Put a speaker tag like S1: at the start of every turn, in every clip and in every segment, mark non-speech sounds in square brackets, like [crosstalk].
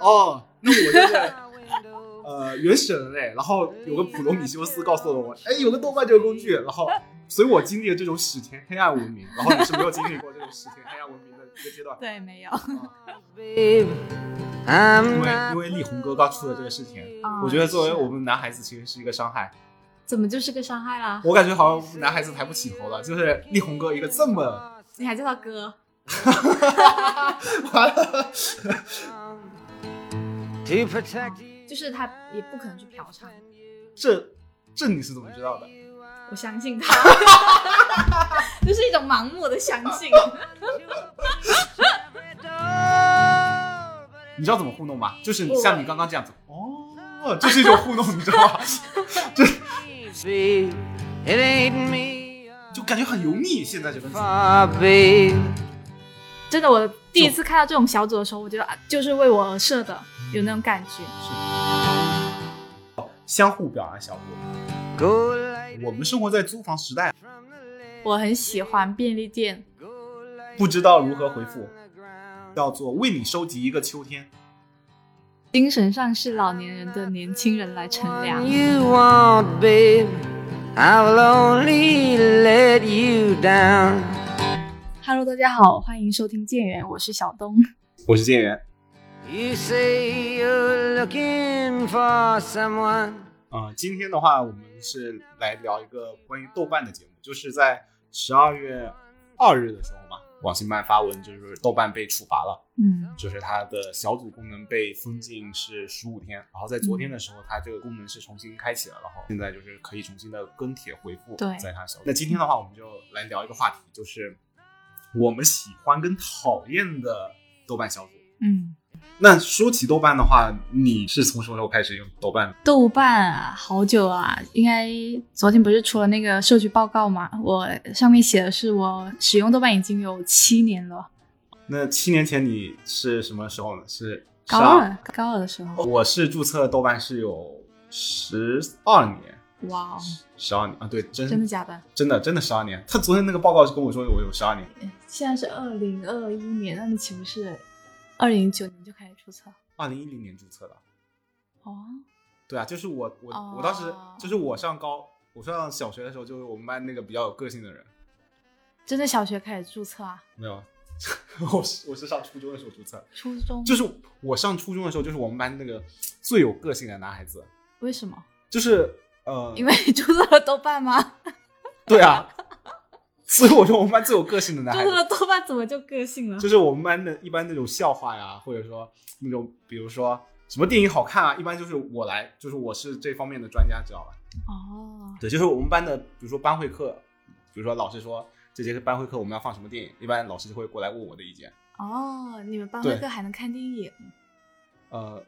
S1: 哦，那我就是呃原始人类，然后有个普罗米修斯告诉了我，哎，有个豆瓣这个工具，然后所以我经历了这种史前黑暗文明，然后你是没有经历过这种史前黑暗文明的一个阶段，
S2: [laughs]
S1: 啊
S2: 对，没有。
S1: 因
S3: [laughs]
S1: 为因为力宏哥刚出了这个事情，
S2: 嗯
S1: 我觉得作为我们男孩子其实是一个伤害，
S2: 啊怎么就是个伤害啦？
S1: 我感觉好像我们男孩子抬不起头了，就是力宏哥一个这么
S2: 你还叫他哥？
S1: 完了，
S2: 就是他也不可能去嫖娼，
S1: 这这你是怎么知道的？
S2: 我相信 [laughs] 他，就是一种盲目的相信。
S1: 你知道怎么糊弄吗？就是你
S2: 我
S1: 像你刚刚这样子，哦，这是一种糊弄，你知道吗？
S3: It ain't me
S1: 就感觉很油腻。现在这份
S3: far, babe.
S2: [laughs] 真的，我第一次看到这种小组的时候，我觉得啊就是为我而设的，有那种感觉。
S1: 相互表扬小组，
S3: Go light
S1: 我们生活在租房时代，
S3: from the
S1: 嗯
S2: 我很喜欢便利店，
S1: 不知道如何回复，叫做为你收集一个秋天。
S2: 精神上是老年人的年轻人来乘凉
S3: one。you want, babe. I will only let you down.
S2: Hello，大家好，欢迎收听《建源》，我是小东。
S1: 我是建源，
S3: You say you're looking for someone.
S1: 呃，今天的话，我们是来聊一个关于豆瓣的节目，就是在十二月二日的时候嘛，网信办发文，就是豆瓣被处罚了，
S2: 嗯，
S1: 就是它的小组功能被封禁是十五天，然后在昨天的时候，它这个功能是重新开启了，然后现在就是可以重新的跟帖回复，
S2: 对
S1: 在它小组。那今天的话，我们就来聊一个话题，就是我们喜欢跟讨厌的豆瓣小组。
S2: 嗯，
S1: 那说起豆瓣的话，你是从什么时候开始用豆瓣的？
S2: 豆瓣啊，好久啊，应该昨天不是出了那个社区报告嘛？我上面写的是我使用豆瓣已经有七年了，
S1: 那七年前你是什么时候呢？是啊
S2: 高
S1: 上
S2: 二高二的时候，
S1: 我是注册豆瓣是有十二年，
S2: 哇哦，
S1: 十二年啊，对，真
S2: 真的假的？
S1: 真的真的十二年。他昨天那个报告是跟我说我有十二年
S2: 现在是二零二一年，那你岂不是二零一九年就开始注册？
S1: 二零一零年注册的。
S2: 哦，
S1: 对啊，就是我我、
S2: 哦
S1: 我当时就是我上高我上小学的时候，就是我们班那个比较有个性的人，
S2: 真的小学开始注册啊？
S1: 没有， [laughs] 我是我是上初中的时候注册，
S2: 初中
S1: 就是我上初中的时候，就是我们班那个最有个性的男孩子，
S2: 为什么？
S1: 就是呃，
S2: 因为你注册了豆瓣
S1: [laughs]
S2: 吗？
S1: 对啊，所以我说我们班最有个性的男
S2: 注
S1: 孩
S2: 册
S1: 子。
S2: 了豆瓣怎么就个性了？
S1: 就是我们班的一般那种笑话呀，或者说那种比如说什么电影好看啊，一般就是我来，就是我是这方面的专家，知道吧？
S2: 哦，
S1: 对，就是我们班的，比如说班会课，比如说老师说这节课班会课我们要放什么电影，一般老师就会过来问我的意见。
S2: 哦，你们班
S1: 对
S2: 会课还能看电影
S1: 呃，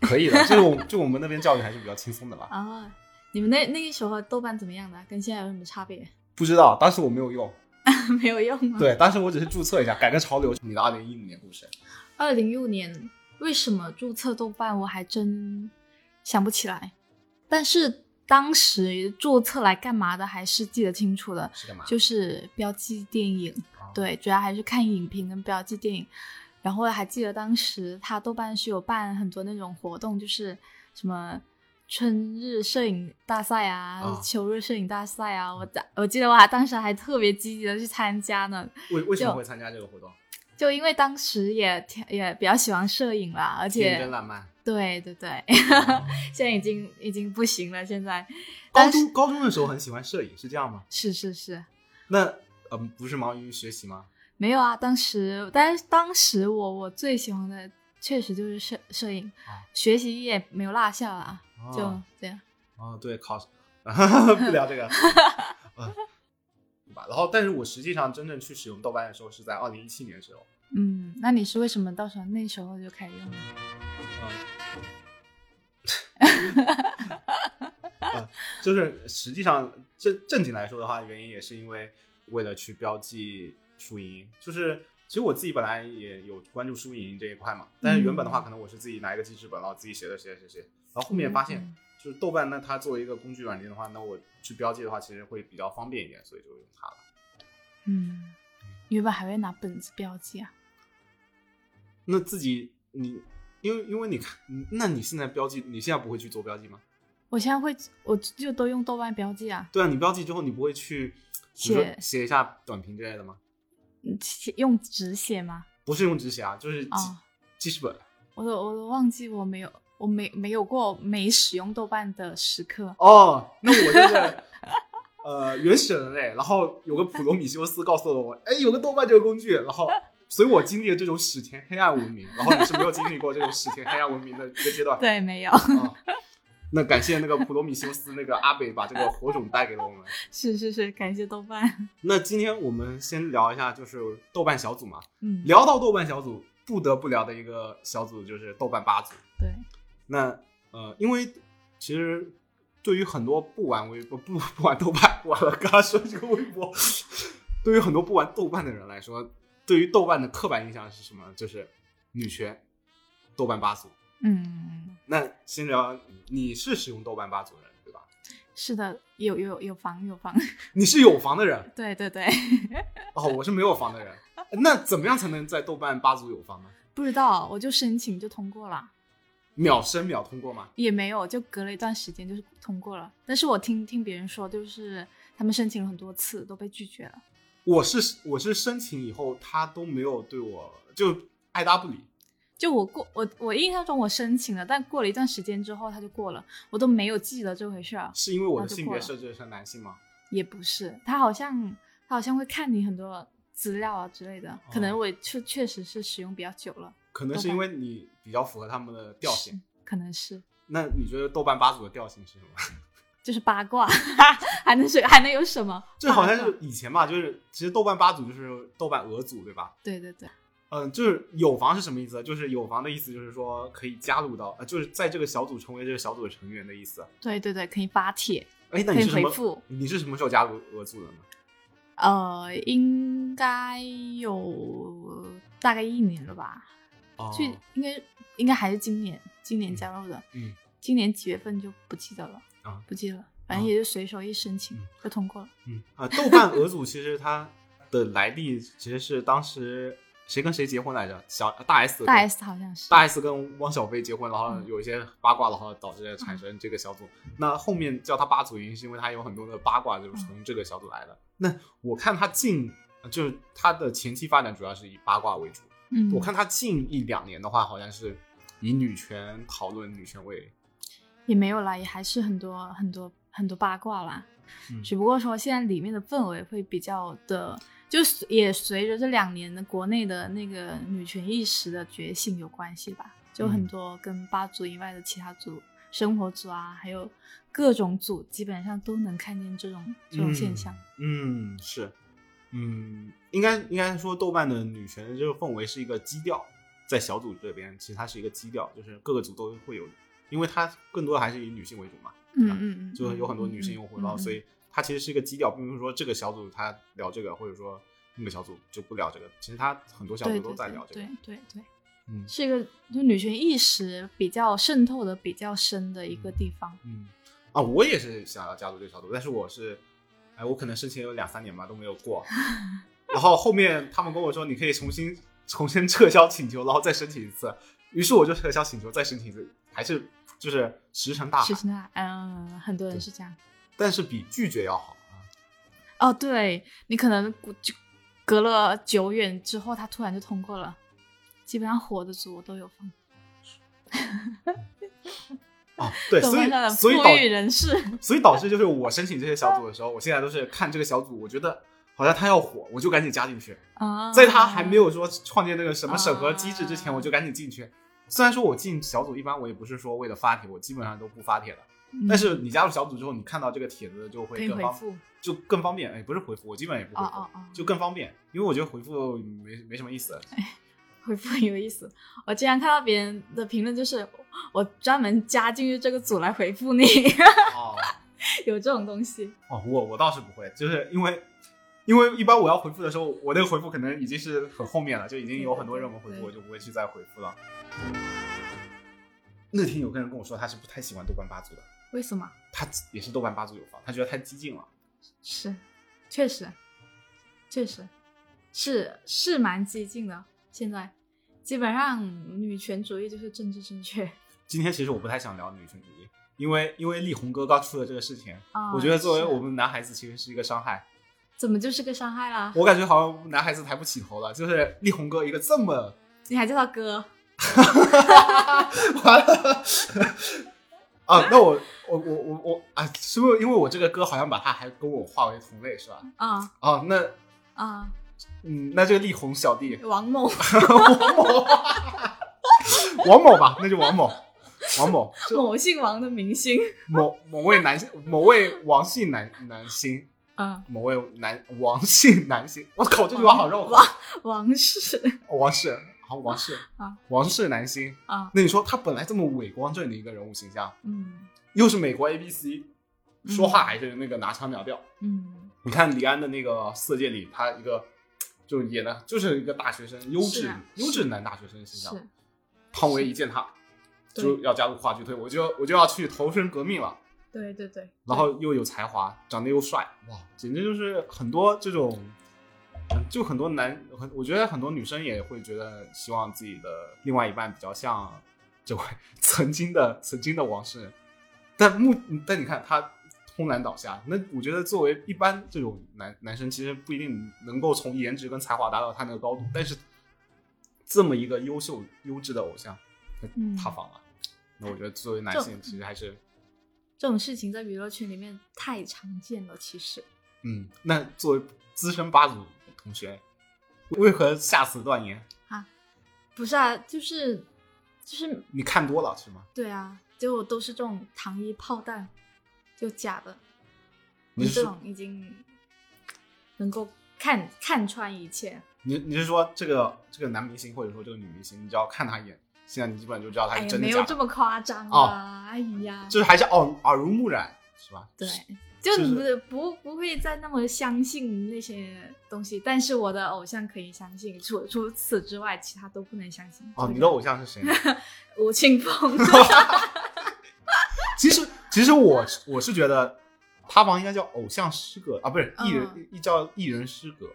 S1: 可以的，就是我就我们那边教育还是比较轻松的吧。
S2: 啊、哦？你们那那个时候豆瓣怎么样的？跟现在有什么差别？
S1: 不知道，当时我没有用，
S2: [laughs] 没有用吗？，
S1: 对，当时我只是注册一下，赶个潮流。你的二零一五年故事，
S2: 二零一五年为什么注册豆瓣，我还真想不起来。但是当时注册来干嘛的，还是记得清楚的，
S1: 是干嘛？
S2: 就是标记电影。
S1: 啊，
S2: 对，主要还是看影评跟标记电影。然后还记得当时他豆瓣是有办很多那种活动，就是什么春日摄影大赛啊、
S1: 啊
S2: 秋日摄影大赛啊。我在我记得我还当时还特别积极的去参加呢，
S1: 为为什么
S2: 就
S1: 会参加这个活动？
S2: 就因为当时也挺也比较喜欢摄影啦，而
S1: 天真
S2: 且
S1: 烂 [laughs] 漫。
S2: 对对对， [laughs]
S1: 哦
S2: 现在已经已经不行了，现在
S1: 高
S2: 但
S1: 中高中的时候很喜欢摄影，是这样吗？
S2: 是是是。
S1: 那嗯，不是忙于学习吗？
S2: 没有啊，当时，但是当时我我最喜欢的确实就是摄摄影，
S1: 啊
S2: 学习也没有落下啦，
S1: 啊
S2: 就这样。
S1: 哦，对，考试， [laughs] 不聊这个， [laughs] 嗯，对吧？然后，但是我实际上真正去使用豆瓣的时候是在二零一七年的时候，
S2: 嗯，那你是为什么到时候那时候就开始用呢？嗯
S1: 就是实际上正正经来说的话，原因也是因为为了去标记输赢，就是其实我自己本来也有关注输赢这一块嘛，但是原本
S2: 嗯
S1: 的话，可能我是自己拿一个记事本，然后自己写的写写写，然后后面发现。
S2: 嗯
S1: 就是豆瓣呢，它作为一个工具软件的话，那我去标记的话，其实会比较方便一点，所以就用它了。
S2: 嗯，你原本还会拿本子标记啊？
S1: 那自己你，因为因为你看，嗯那你现在标记，你现在不会去做标记吗？
S2: 我现在会，我就都用豆瓣标记啊，
S1: 对啊，你标记之后，你不会去比如说
S2: 写
S1: 写一下短评之类的吗？
S2: 嗯写用纸写吗？
S1: 不是用纸写啊，就是记、
S2: 哦
S1: 记事本。
S2: 我都我都忘记我没有，我没没有过没使用豆瓣的时刻。
S1: 哦，那我就是 [laughs] 呃原始人类，然后有个普罗米修斯告诉了我，哎，有个豆瓣这个工具，然后所以我经历了这种史前黑暗文明，然后你是没有经历过这种史前黑暗文明的一个阶段。
S2: 对，没有， [laughs]
S1: 啊那感谢那个普罗米修斯那个阿北把这个火种带给了我们。
S2: 是是是，感谢豆瓣。
S1: 那今天我们先聊一下，就是豆瓣小组嘛。
S2: 嗯，
S1: 聊到豆瓣小组，不得不聊的一个小组就是豆瓣八组。
S2: 对，
S1: 那呃，因为其实对于很多不玩微博、不不玩豆瓣，完了，刚刚说这个微博，对于很多不玩豆瓣的人来说，对于豆瓣的刻板印象是什么？就是女权，豆瓣八组。
S2: 嗯，
S1: 那先聊，你是使用豆瓣八组的人对吧？
S2: 是的，有有有房有房， [laughs]
S1: 你是有房的人
S2: 对对 [laughs] 对，
S1: 哦，我是没有房的人。那怎么样才能在豆瓣八组有房呢？
S2: 不知道，我就申请就通过了，
S1: 秒申秒通过吗？
S2: 也没有，就隔了一段时间就是通过了。但是我听听别人说，就是他们申请了很多次都被拒绝了。
S1: 我是我是申请以后，他都没有对我就爱答不理。
S2: 就我过我我印象中我申请了，但过了一段时间之后他就过了，我都没有记得这回事儿。
S1: 是因为我的
S2: 那就
S1: 性
S2: 过
S1: 别
S2: 了
S1: 设置是男性吗？
S2: 也不是，他好像他好像会看你很多资料啊之类的，
S1: 哦
S2: 可能我确确实是使用比较久了，
S1: 可能是因为你比较符合他们的调性。
S2: 可能是
S1: 那你觉得豆瓣八组的调性是什么？ [laughs]
S2: 就是八卦，还能是还能有什么？
S1: 这好像
S2: 八卦
S1: 是以前吧，就是其实豆瓣八组就是豆瓣俄组对吧？
S2: 对对对，
S1: 嗯，就是有房是什么意思？就是有房的意思就是说可以加入到，呃，就是在这个小组成为这个小组的成员的意思。
S2: 对对对，可以发帖，
S1: 哎，那
S2: 可
S1: 你
S2: 以
S1: 是什
S2: 回
S1: 么？
S2: 复，
S1: 你是什么时候加入俄组的呢？
S2: 呃，应该有大概一年了吧，
S1: 哦
S2: 就应该应该还是今年，今年加入的，
S1: 嗯，
S2: 今年几月份就不记得了
S1: 啊
S2: 不记得了，反正
S1: 啊
S2: 也就随手一申请
S1: 嗯
S2: 就通过了，
S1: 嗯啊，豆瓣俄组其实它的来历其实是当时谁跟谁结婚来着？小大 S
S2: 大
S1: 跟
S2: S 好像是
S1: 大 S 跟汪小菲结婚，然后
S2: 嗯
S1: 有一些八卦，然后导致产生这个小组。那后面叫他八组，原因是因为他有很多的八卦，就是从这个小组来
S2: 嗯
S1: 的。那我看他近，就是他的前期发展主要是以八卦为主。
S2: 嗯，
S1: 我看他近一两年的话，好像是以女权讨论女权为，
S2: 也没有啦，也还是很多很多很多八卦啦。
S1: 嗯
S2: 只不过说现在里面的氛围会比较的，就是也随着这两年的国内的那个女权意识的觉醒有关系吧。就很
S1: 嗯
S2: 多跟八组以外的其他组、生活组啊，还有各种组，基本上都能看见这种这种现象。
S1: 嗯。嗯，是，嗯，应该应该说豆瓣的女权的这个氛围是一个基调，在小组这边其实它是一个基调，就是各个组都会有，因为它更多的还是以女性为主嘛。
S2: 嗯嗯嗯，
S1: 啊就是有很多
S2: 嗯
S1: 女性用户，
S2: 嗯
S1: 然后所
S2: 嗯
S1: 以它其实是一个基调，并不是说这个小组它聊这个，或者说那个小组就不聊这个。其实它很多小
S2: 对
S1: 组
S2: 对
S1: 都在
S2: 对
S1: 聊这个。
S2: 对对对，
S1: 嗯
S2: 是一个就女权意识比较渗透的比较深的一个地方。
S1: 嗯，啊，我也是想要加入这个小组，但是我是，哎，我可能申请有两三年吧都没有
S2: [laughs]
S1: 过，然后后面他们跟我说你可以重新重新撤销请求，然后再申请一次，于是我就撤销请求再申请一次，还是就是石沉大海
S2: 其，实呢，嗯，很多人是这样。
S1: 但是比拒绝要好啊。
S2: 哦，对你可能过就隔了久远之后，他突然就通过了，基本上火的组我都有放。
S1: 哦，对，
S2: 懂
S1: 所
S2: 了
S1: 以所以
S2: 富
S1: 导
S2: 裕人士
S1: 所以导致就是我申请这些小组的时候，我现在都是看这个小组，我觉得好像他要火，我就赶紧加进去。
S2: 啊，
S1: 在他还没有说创建那个什么审核机制之前，
S2: 啊
S1: 我就赶紧进去。虽然说我进小组一般我也不是说为了发帖，我基本上都不发帖的。
S2: 嗯，
S1: 但是你加入小组之后，你看到这个帖子就
S2: 可
S1: 会
S2: 以
S1: 更
S2: 回
S1: 方
S2: 复哦
S1: 就更方便，哎，不是回复，我基本也不回复，
S2: 哦哦哦
S1: 就更方便，因为我觉得回复没没什么
S2: [laughs]
S1: 意思。
S2: 回复很有意思。我经常看到别人的评论，就是我专门加进去这个组来回复你， [laughs]
S1: 哦
S2: 有这种东西。
S1: 哦，我我倒是不会，就是因为因为一般我要回复的时候，我那个回复可能已经是很后面了，就已经有很多热门回
S2: 对
S1: 复，我就不会去再回复了。那天有个人跟我说，他是不太喜欢豆瓣八组的，
S2: 为什么？
S1: 他也是豆瓣八组有房，他觉得太激进了。
S2: 是，确实，确实是是蛮激进的。现在基本上女权主义就是政治正确。
S1: 今天其实我不太想聊女权主义，因为因为力宏哥刚出了这个事情，
S2: 啊
S1: 我觉得作为
S2: 是
S1: 我们男孩子其实是一个伤害。
S2: 怎么就是个伤害啦？
S1: 我感觉好像男孩子抬不起头了，就是力宏哥一个这么
S2: 你还叫他哥？
S1: 完了啊，那我我我我我啊，是不是因为我这个歌好像把他还跟我划为同类是吧？
S2: 啊
S1: 啊，那
S2: 啊，
S1: 嗯，那这个力宏小弟
S2: 王某，
S1: 王某，王某吧，那就王某，王某，就
S2: 某姓王的明星。
S1: 某某位男性，某位王姓男男星，
S2: 啊，
S1: 某位男王姓男星，我靠，这句话好绕口，
S2: 王王氏
S1: 王氏，好王氏
S2: 啊，
S1: 王氏男星。
S2: 啊，
S1: 那你说他本来这么伪光正的一个人物形象，
S2: 嗯
S1: 又是美国 ABC，说话还是那个拿腔拿调。
S2: 嗯，
S1: 你看李安的那个《色戒》里，他一个就演的就是一个大学生，优质、
S2: 是啊
S1: 优质男大学生形象
S2: 是。
S1: 汤唯一见他
S2: 对
S1: 就要加入话剧队，我就我就要去投身革命了。
S2: 对对对。
S1: 然后又有才华，长得又帅，哇，简直就是很多这种，嗯就很多男，很我觉得很多女生也会觉得希望自己的另外一半比较像这位 [laughs] 曾经的曾经的王室，但目但你看他通男倒下，那我觉得作为一般这种男男生，其实不一定能够从颜值跟才华达到他那个高度，但是这么一个优秀优质的偶像，
S2: 嗯
S1: 他仿了，那我觉得作为男
S2: 就
S1: 性其实还是。
S2: 这种事情在娱乐圈里面太常见了，其实
S1: 嗯，那作为资深吧主同学，为何下此断言？
S2: 不是啊，就是就是
S1: 你看多了是吗？
S2: 对啊，就都是这种糖衣炮弹，就假的，
S1: 你
S2: 就是这
S1: 说
S2: 种已经能够看看穿一切。
S1: 你你是说这个这个男明星或者说这个女明星，你只要看他一眼，现在你基本上就知道他
S2: 哎
S1: 是
S2: 呀，
S1: 真的
S2: 没
S1: 假
S2: 有
S1: 的，
S2: 这么夸张
S1: 哦
S2: 啊！哎呀，
S1: 就是还是耳耳濡目染是吧？
S2: 对，就
S1: 就是
S2: 你不不不会再那么相信那些东西，但是我的偶像可以相信，除除此之外，其他都不能相信。
S1: 哦，你的偶像是
S2: [laughs]
S1: 谁呢？
S2: 吴 [laughs]
S1: [laughs]
S2: 青峰，
S1: 其实其实我是我是觉得，塌房应该叫偶像诗歌啊，不是艺人
S2: 嗯
S1: 一叫艺人诗歌。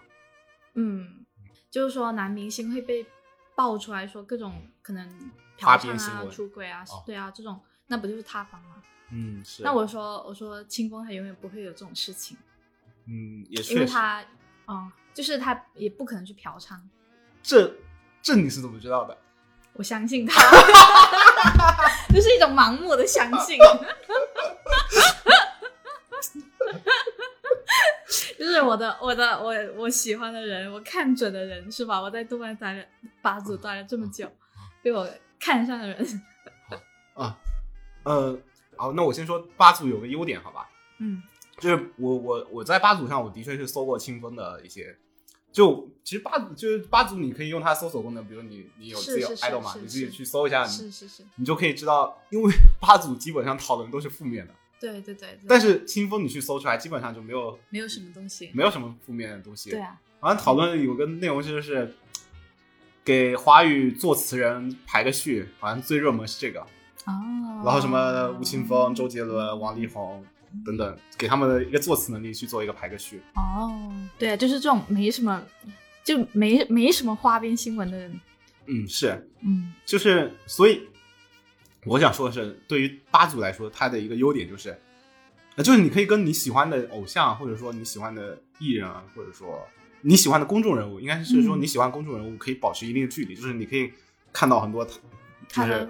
S2: 嗯，就是说男明星会被爆出来说各种可能
S1: 花
S2: 嫖
S1: 边
S2: 娼
S1: 新
S2: 啊
S1: 闻、
S2: 出轨啊，
S1: 哦
S2: 对啊，这种那不就是塌房吗？
S1: 嗯，是。
S2: 那我说我说清风他永远不会有这种事情，
S1: 嗯也
S2: 因
S1: 确
S2: 为
S1: 实，
S2: 他嗯，就是他也不可能去嫖娼，
S1: 这这你是怎么知道的？
S2: 我相信他， [laughs] 这是一种盲目的相信。 [laughs] 就是我的我的我我喜欢的人，我看准的人是吧？我在豆瓣待了八组待了这么久，被我看上的人，
S1: 啊，呃，好，那我先说八组有个优点，好吧？
S2: 嗯
S1: 就是我我我在八组上，我的确是搜过清风的一些，就其实八组就是八组，你可以用它搜索功能，比如你你有
S2: 是
S1: 自己有
S2: 是是
S1: idol 嘛，
S2: 是
S1: 你自己
S2: 是
S1: 去搜一下，
S2: 是
S1: 你
S2: 是是，
S1: 你就可以知道，因为 [laughs] 八组基本上讨论都是负面的，
S2: 对对对，对
S1: 但是清风你去搜出来，基本上就没有
S2: 没有什么东西，
S1: 没有什么负面的东西。
S2: 对啊，
S1: 好像讨论有个内容就是给华语作词人排个序，好像最热门是这个。
S2: 哦，
S1: 然后什么吴青峰、周杰伦、王力宏
S2: 嗯
S1: 等等，给他们的一个作词能力去做一个排个序。
S2: 哦，对啊，就是这种没什么，就没没什么花边新闻的人，
S1: 嗯，是，
S2: 嗯
S1: 就是所以我想说的是，对于八组来说，它的一个优点就是，呃就是你可以跟你喜欢的偶像，或者说你喜欢的艺人啊，或者说你喜欢的公众人物，应该是说
S2: 嗯
S1: 你喜欢公众人物可以保持一定的距离，就是你可以看到很多，就
S2: 他
S1: 是
S2: 的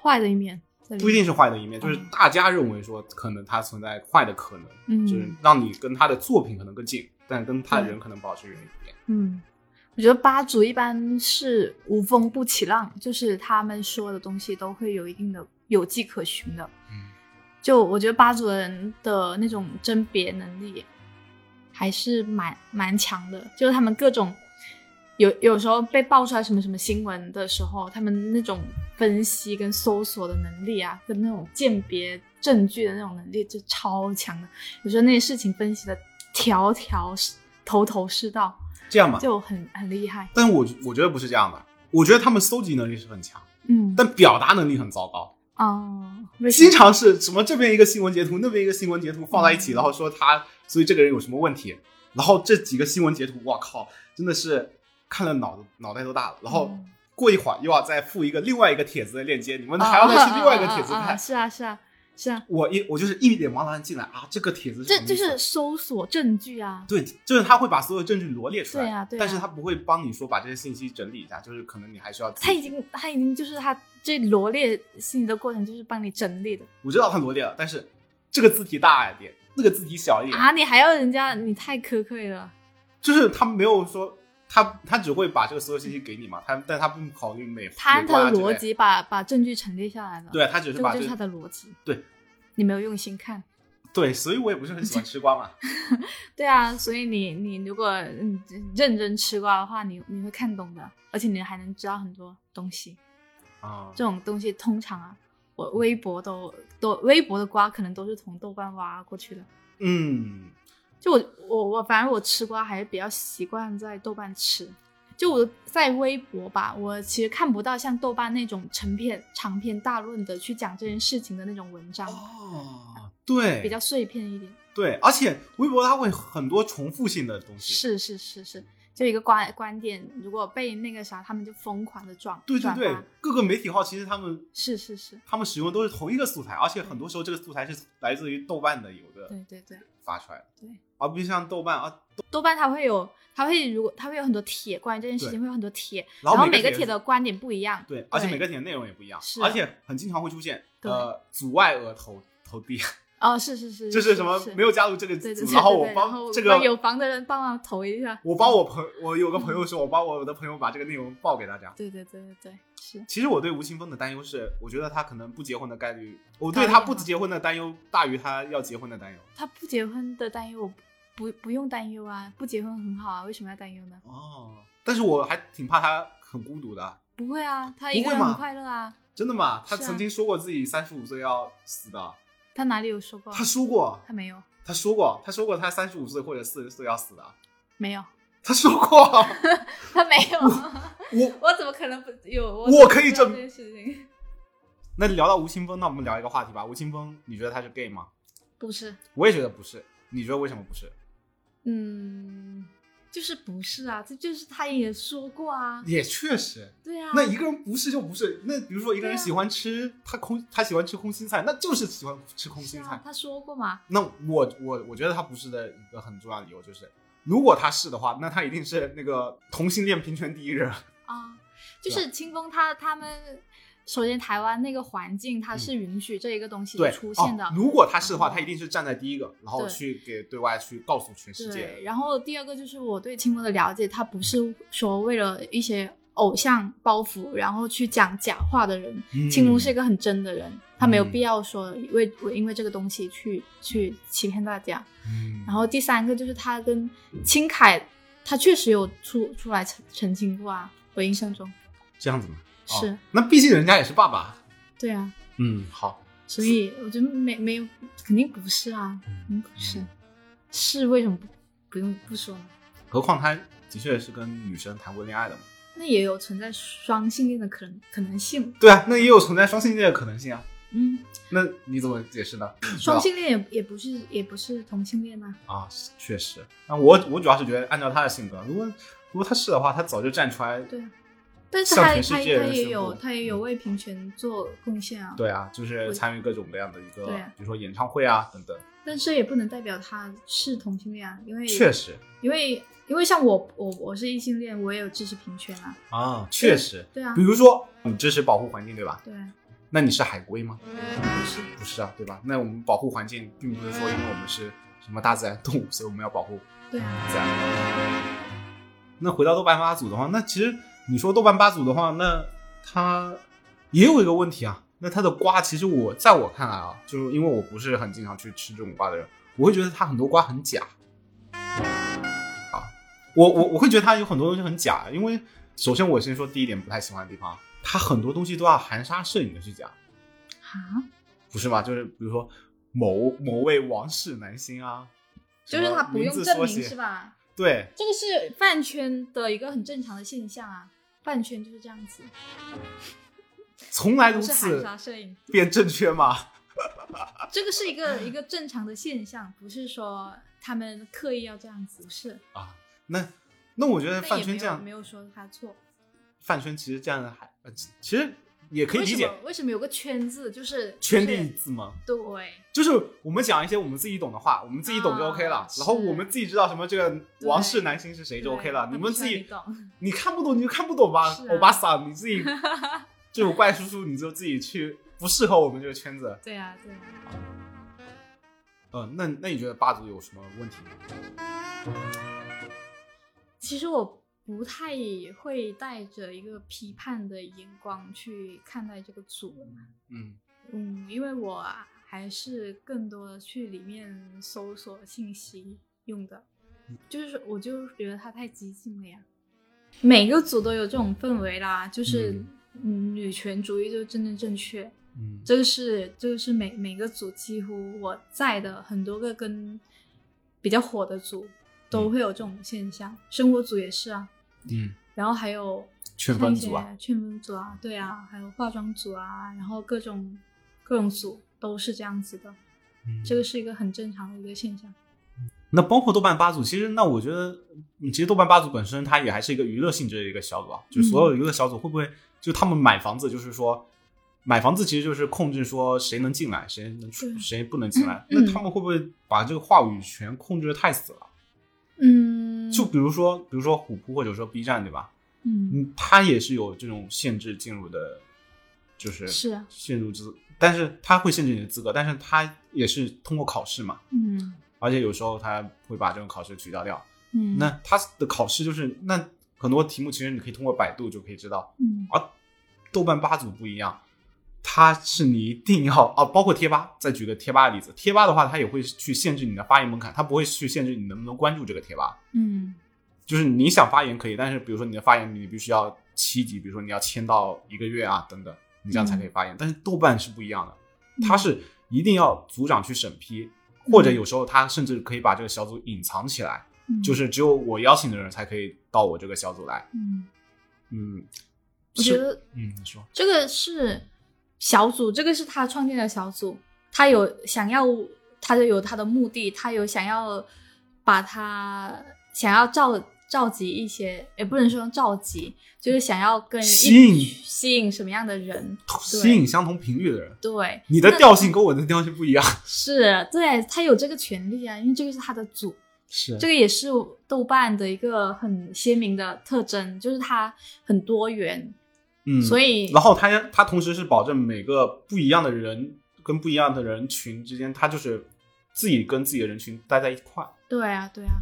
S2: 坏的一面在里面
S1: 不一定是坏的一面，就是
S2: 嗯
S1: 大家认为说可能它存在坏的可能，
S2: 嗯
S1: 就是让你跟他的作品可能更近，但跟他人可能保持远一点。
S2: 嗯，我觉得吧主一般是无风不起浪，就是他们说的东西都会有一定的有迹可循的。
S1: 嗯，
S2: 就我觉得吧主的人的那种甄别能力还是蛮蛮强的，就是他们各种有有时候被爆出来什么什么新闻的时候，他们那种分析跟搜索的能力啊，跟那种鉴别证据的那种能力就超强的。有时候那些事情分析的条条是头头是道。
S1: 这样吧，
S2: 就很很厉害。
S1: 但我我觉得不是这样的，我觉得他们搜集能力是很强，
S2: 嗯，
S1: 但表达能力很糟糕，
S2: 哦，
S1: 经常是什么这边一个新闻截图，那边一个新闻截图放在一起，然后说他，所以这个人有什么问题，然后这几个新闻截图，我靠，真的是看了脑脑袋都大了，然后
S2: 嗯啊
S1: 过一会儿又要再附一个另外一个帖子的链接，你们还要再去另外一个帖子
S2: 啊啊啊啊啊
S1: 看。
S2: 是啊是啊是啊，
S1: 我一我就是一脸茫然进来啊，这个帖子是
S2: 这
S1: 什么
S2: 就
S1: 意思
S2: 是搜索证据啊。
S1: 对，就是他会把所有证据罗列出来，
S2: 对啊对啊
S1: 但是他不会帮你说把这些信息整理一下，就是可能你还需要自己
S2: 他已经他已经就是他这罗列信息的过程，就是帮你整理的
S1: 我知道他罗列了，但是这个字体大一点，那个字体小一点，
S2: 啊！你还要人家，你太苛刻了。
S1: 就是他没有说他他只会把这个所有信息给你嘛，他但他不考虑美
S2: 他按
S1: 美
S2: 他
S1: 观啊
S2: 的
S1: 之类
S2: 逻辑把把证据陈列下来了，，
S1: 对他只
S2: 这
S1: 是把
S2: 个
S1: 这
S2: 就是
S1: 个
S2: 他的逻辑。
S1: 对，
S2: 你没有用心看。
S1: 对，所以我也不是很喜欢吃瓜
S2: [laughs]
S1: 嘛。
S2: 对啊，所以你你如果嗯认真吃瓜的话，你你会看懂的，而且你还能知道很多东西。
S1: 啊、
S2: 这种东西通常啊，我微博都都微博的瓜可能都是从豆瓣挖过去的。
S1: 嗯，
S2: 就我我我反正我吃瓜还是比较习惯在豆瓣吃。就我在微博吧，我其实看不到像豆瓣那种成篇长篇大论的去讲这件事情的那种文章，
S1: 哦，对，
S2: 比较碎片一点。
S1: 对，而且微博它会很多重复性的东西，
S2: 是是是是，就一个观观点，如果被那个啥，他们就疯狂的转
S1: 对对
S2: 转
S1: 对
S2: 发。，
S1: 各个媒体号其实他们
S2: 是是是，
S1: 他们使用的都是同一个素材，而且很多时候这个素材是来自于豆瓣的有的
S2: 对对对。
S1: 发出来的，
S2: 对，
S1: 而不是像豆瓣啊，
S2: 豆瓣它会有，它会如果它会有很多帖，关于这件事情
S1: 对
S2: 会有很多帖，
S1: 然后每
S2: 每
S1: 个
S2: 个
S1: 帖
S2: 帖
S1: 子
S2: 的观点不一样。
S1: 对，而且每个点内容也不一样，
S2: 是
S1: 而且很经常会出现
S2: 对
S1: 呃阻碍额投投递，
S2: 哦，是是是，
S1: 就是什么没有加入这个
S2: 对对对
S1: 组，
S2: 对，
S1: 然后我
S2: 对然
S1: 帮
S2: 后
S1: 这个
S2: 有嗯房的人帮忙投一下。
S1: 我帮我朋我有个朋友说，我帮我的朋友把这个内容报给大家。
S2: 对对对对对，是
S1: 其实我对吴青峰的担忧是，我觉得他可能不结婚的概率，我
S2: 大
S1: 对
S2: 于
S1: 他
S2: 吗
S1: 不结婚的担忧大于他要结婚的担忧。
S2: 他不结婚的担忧，我不不用担忧啊，不结婚很好啊，为什么要担忧呢？
S1: 哦，但是我还挺怕他很孤独的。
S2: 不会啊，他
S1: 不
S2: 一个
S1: 会
S2: 人很
S1: 吗
S2: 快乐啊，
S1: 真的吗？他
S2: 是啊
S1: 曾经说过自己三十五岁要死的，
S2: 他哪里有说过？
S1: 他说过，
S2: 他没有，
S1: 他说过，他说过他三十五岁或者四十岁要死的，
S2: 没有，
S1: 他说过。 [laughs]
S2: 他没有，
S1: 我
S2: [laughs] 我怎么可能不有？我
S1: 我
S2: 怎么
S1: 可以
S2: 不知道
S1: 证
S2: 这件事情，
S1: 那聊到吴青峰，那我们聊一个话题吧。吴青峰，你觉得他是 gay 吗？
S2: 不是，
S1: 我也觉得不是，你觉得为什么不是？
S2: 嗯，就是不是啊，这就是他也说过啊，
S1: 也确实，
S2: 对啊，
S1: 嗯那一个人不是就不是。那比如说一个人
S2: 对啊
S1: 喜欢吃、他空，他喜欢吃空心菜，那就是喜欢吃空
S2: 是
S1: 心
S2: 啊
S1: 菜，。
S2: 他说过嘛，
S1: 那我我我觉得他不是的一个很重要的理由就是，如果他是的话，那他一定是那个同性恋平权第一人。
S2: 啊，就是清风他他们，首先台湾那个环境它是允许这一个东西
S1: 嗯对
S2: 出现的，
S1: 哦。如果他是的话，
S2: 然后
S1: 他一定是站在第一个，然后
S2: 对
S1: 去给对外去告诉全世
S2: 对。
S1: 界。
S2: 然后第二个就是我对清风的了解，他不是说为了一些偶像包袱，然后去讲假话的人。
S1: 嗯
S2: 清风是一个很真的人，他没有
S1: 嗯
S2: 必要说为我因为这个东西去去欺骗大家。
S1: 嗯
S2: 然后第三个就是他跟青凯，他确实有出出来澄澄清过啊，我印象中
S1: 这样子吗？哦
S2: 是，
S1: 那毕竟人家也是爸爸。
S2: 对啊。
S1: 嗯，好，
S2: 所以我觉得没没有，肯定不是啊，
S1: 嗯
S2: 肯定不是，是为什么不不用不说呢？
S1: 何况他的确是跟女生谈过恋爱的嘛。
S2: 那也有存在双性恋的可能可能性，
S1: 对啊，那也有存在双性恋的可能性啊。
S2: 嗯，
S1: 那你怎么解释呢？
S2: 双性恋也也不是也不是同性恋啊，
S1: 啊，是确实。那我我主要是觉得，按照他的性格，如果如果他是的话，他早就站出来。
S2: 对啊，但是
S1: 向
S2: 他
S1: 全世
S2: 他他
S1: 界人
S2: 也
S1: 宣
S2: 有
S1: 布嗯
S2: 他也有为平权做贡献啊，，
S1: 对啊，就是
S2: 我
S1: 参与各种各样的一个，
S2: 对啊
S1: 比如说演唱会啊等等。
S2: 但是也不能代表他是同性恋啊，因为
S1: 确，实
S2: 因为因为像我我我是异性恋，我也有支持平权啊，
S1: 啊，确实。
S2: 对啊
S1: 比，如说，你支持保护环境，对吧？
S2: 对啊，
S1: 那你是海龟吗？
S2: 嗯不是，
S1: 不是啊，对吧？那我们保护环境，并不是说因为我们是什么大自然动物，所以我们要保护
S2: 对啊。
S1: 自然。那回到豆瓣八组的话，那其实你说豆瓣八组的话，那它也有一个问题啊。那它的瓜，其实我在我看来啊，就是因为我不是很经常去吃这种瓜的人，我会觉得它很多瓜很假。啊我我我会觉得它有很多东西很假，因为首先我先说第一点不太喜欢的地方，它很多东西都要含沙射影的去讲。
S2: 啊，
S1: 不是吗？就是比如说某某位王室男星啊，
S2: 就是
S1: 什
S2: 他
S1: 么
S2: 不
S1: 名
S2: 用
S1: 字
S2: 证
S1: 缩
S2: 明
S1: 写
S2: 是？吧？
S1: 对，
S2: 这个是饭圈的一个很正常的现象啊，饭圈就是这样子，
S1: 从来如
S2: 不是含
S1: 此
S2: 沙射影，
S1: 便正确吗？ [laughs] 啊
S2: 这个是一
S1: 嗯
S2: 个一个正常的现象，不是说他们刻意要这样子，不是，
S1: 啊，那那我觉得
S2: 但
S1: 饭
S2: 也没
S1: 圈这
S2: 有
S1: 样
S2: 没有说他错，
S1: 饭圈其实这样的还，呃其其实也可以
S2: 为
S1: 理
S2: 什
S1: 解
S2: 么为什么有个圈字就是
S1: 圈
S2: 就是
S1: 地自萌。
S2: 对，
S1: 就是我们讲一些我们自己懂的话，我们自己懂就
S2: 啊
S1: OK 了。
S2: 是
S1: 然后我们自己知道什么这个
S2: 对
S1: 王室男星是谁就 OK 了。
S2: 对
S1: 你们自己
S2: 他不需要你懂
S1: 你看不懂你就看不懂吧
S2: 是，啊
S1: 欧巴桑，你自己这种怪叔叔你就自己去，不适合我们这个圈子。
S2: 对啊，对啊，
S1: 嗯，那那你觉得霸族有什么问题吗？
S2: 其实我不太会带着一个批判的眼光去看待这个组，
S1: 嗯
S2: 嗯，因为我还是更多的去里面搜索信息用的，就是我就觉得它太激进了呀。每个组都有这种氛围啦，就是
S1: 嗯
S2: 嗯女权主义就真正正确，
S1: 嗯
S2: 这个是这个是每每个组几乎我在的很多个跟比较火的组都会有这种现象，生活组也是啊，
S1: 嗯，
S2: 然后还有
S1: 劝
S2: 像
S1: 分
S2: 一
S1: 组啊
S2: 些劝分组啊，对啊，还有化妆组啊，然后各种各种组都是这样子的，这个是一个很正常的一个现象。
S1: 那包括豆瓣八组，其实那我觉得，嗯其实豆瓣八组本身它也还是一个娱乐性质的一个小组啊，就是
S2: 嗯
S1: 所有娱乐小组会不会就他们买房子，就是说买房子其实就是控制说谁能进来，谁能出，
S2: 对
S1: 谁不能进来，
S2: 嗯
S1: 那他们会不会把这个话语权控制的太死了？
S2: 嗯，
S1: 就比如说，比如说虎扑或者说 B 站，对吧？
S2: 嗯
S1: 嗯，它也是有这种限制进入的，就是
S2: 是啊
S1: 限入资，但是它会限制你的资格，但是它也是通过考试嘛，
S2: 嗯
S1: 而且有时候它会把这种考试取消掉。
S2: 嗯，
S1: 那它的考试就是那很多题目其实你可以通过百度就可以知道，
S2: 嗯
S1: 而豆瓣八组不一样，它是你一定要 [laughs] 啊，包括贴吧。再举个贴吧的例子，贴吧的话它也会去限制你的发言门槛，它不会去限制你能不能关注这个贴吧。
S2: 嗯
S1: 就是你想发言可以，但是比如说你的发言你必须要七级，比如说你要签到一个月啊等等，你这样才可以发言。但是豆瓣是不一样的，它是一定要组长去审批，或者有时候他甚至可以把这个小组隐藏起来，
S2: 嗯
S1: 就是只有我邀请的人才可以到我这个小组来。
S2: 嗯，
S1: 嗯，
S2: 我
S1: 是
S2: 觉得
S1: 嗯，你说，
S2: 这个是小组，这个是他创建的小组，他有想要，他就有他的目的，他有想要把他想要召召集一些，也不能说召集，就是想要跟一
S1: 吸引
S2: 吸引什么样的人，
S1: 吸引相同频率的人，
S2: 对，
S1: 你的
S2: 那
S1: 调性跟我的调性不一样，
S2: 是对他有这个权利啊，因为这个是他的组，
S1: 是
S2: 这个也 [laughs] 是豆瓣的一个很鲜明的特征，就是它很多元，
S1: 嗯，
S2: 所以
S1: 然后他他同时是保证每个不一样的人跟不一样的人群之间，他就是自己跟自己的人群待在一块。
S2: 对啊，对啊，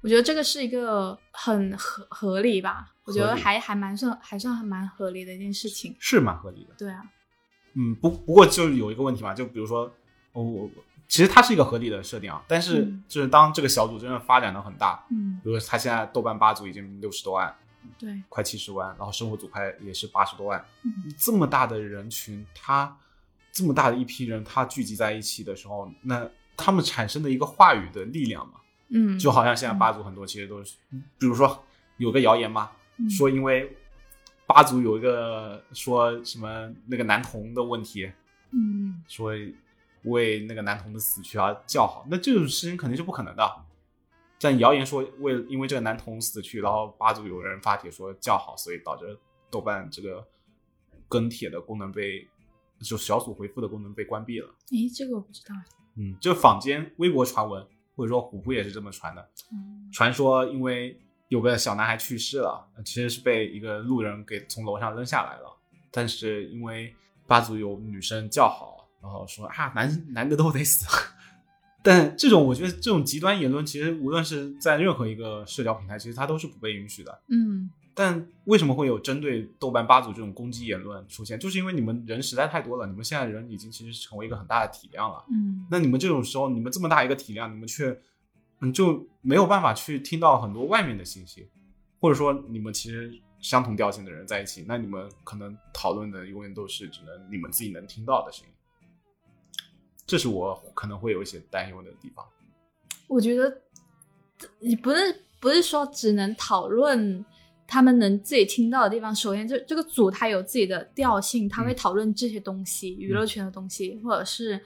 S2: 我觉得这个是一个很合合理吧，我觉
S1: 合
S2: 得
S1: 理
S2: 还还蛮算还算还蛮合理的一件事情。
S1: 是蛮合理的。
S2: 对啊，
S1: 嗯，不不过就有一个问题嘛，就比如说，哦我、其实它是一个合理的设定啊，但是
S2: 嗯
S1: 就是当这个小组真正发展的很大，
S2: 嗯，
S1: 比如说他现在豆瓣八组已经六十多万，
S2: 对，
S1: 快七十万，然后生活组快也是八十多万，
S2: 嗯
S1: 这么大的人群，他这么大的一批人，他聚集在一起的时候，那他们产生的一个话语的力量嘛，
S2: 嗯，
S1: 就好像现在八组很多其实都是，比如说有个谣言嘛，
S2: 嗯
S1: 说因为八组有一个说什么那个男童的问题，
S2: 嗯，
S1: 说为那个男童的死去而叫好，那这种事情肯定是不可能的。但谣言说为因为这个男童死去，然后八组有人发帖说叫好，所以导致豆瓣这个跟帖的功能被就小组回复的功能被关闭了。
S2: 诶，这个我不知道。
S1: 嗯，这坊间微博传闻或者说虎扑也是这么传的，
S2: 嗯
S1: 传说因为有个小男孩去世了，其实是被一个路人给从楼上扔下来了。但是因为八组有女生叫好，然后说啊男男的都得死。 [laughs] 但这种我觉得这种极端言论，其实无论是在任何一个社交平台，其实它都是不被允许的。
S2: 嗯
S1: 但为什么会有针对豆瓣八组这种攻击言论出现？就是因为你们人实在太多了，你们现在人已经其实成为一个很大的体量了。
S2: 嗯
S1: 那你们这种时候，你们这么大一个体量，你们却嗯就没有办法去听到很多外面的信息，或者说你们其实相同调性的人在一起，那你们可能讨论的永远都是只能你们自己能听到的声音。这是我可能会有一些担忧的地方。
S2: 我觉得你不是不是说只能讨论他们能自己听到的地方。首先，这这个组它有自己的调性，它会
S1: 嗯
S2: 讨论这些东西，娱乐圈的东西，或者是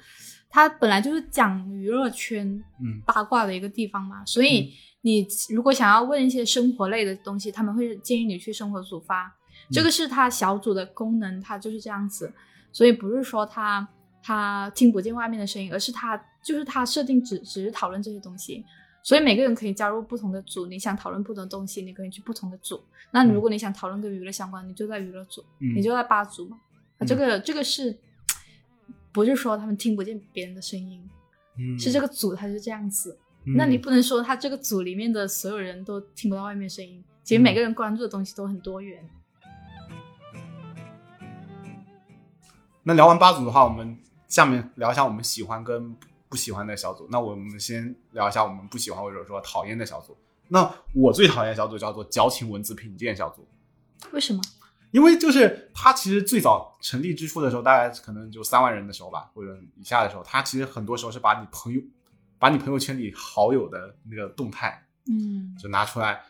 S2: 它本来就是讲娱乐圈
S1: 嗯
S2: 八卦的一个地方嘛。所以你如果想要问一些生活类的东西，他们会建议你去生活组发。
S1: 嗯
S2: 这个是他小组的功能，他就是这样子，所以不是说他他听不见外面的声音，而是他就是他设定只只是讨论这些东西。所以每个人可以加入不同的组，你想讨论不同的东西，你可以去不同的组。那如果你想讨论跟娱乐相关，你就在娱乐组，
S1: 嗯
S2: 你就在吧组嘛。啊，
S1: 嗯
S2: 这个这个是不是说他们听不见别人的声音，是这
S1: 个，
S2: 个组它是这样子。
S1: 嗯
S2: 那你不能说他这个组里面的所有人都听不到外面声音，
S1: 嗯
S2: 其实每个人关注的东西都很多元。
S1: 那聊完八组的话，我们下面聊一下我们喜欢跟不喜欢的小组。那我们先聊一下我们不喜欢或者说讨厌的小组。那我最讨厌的小组叫做矫情文字品鉴小组，
S2: 为什么？
S1: 因为就是它其实最早成立之初的时候，大概可能就三万人的时候吧，或者以下的时候，它其实很多时候是把你朋友，把你朋友圈里好友的那个动态
S2: 嗯，
S1: 就拿出来，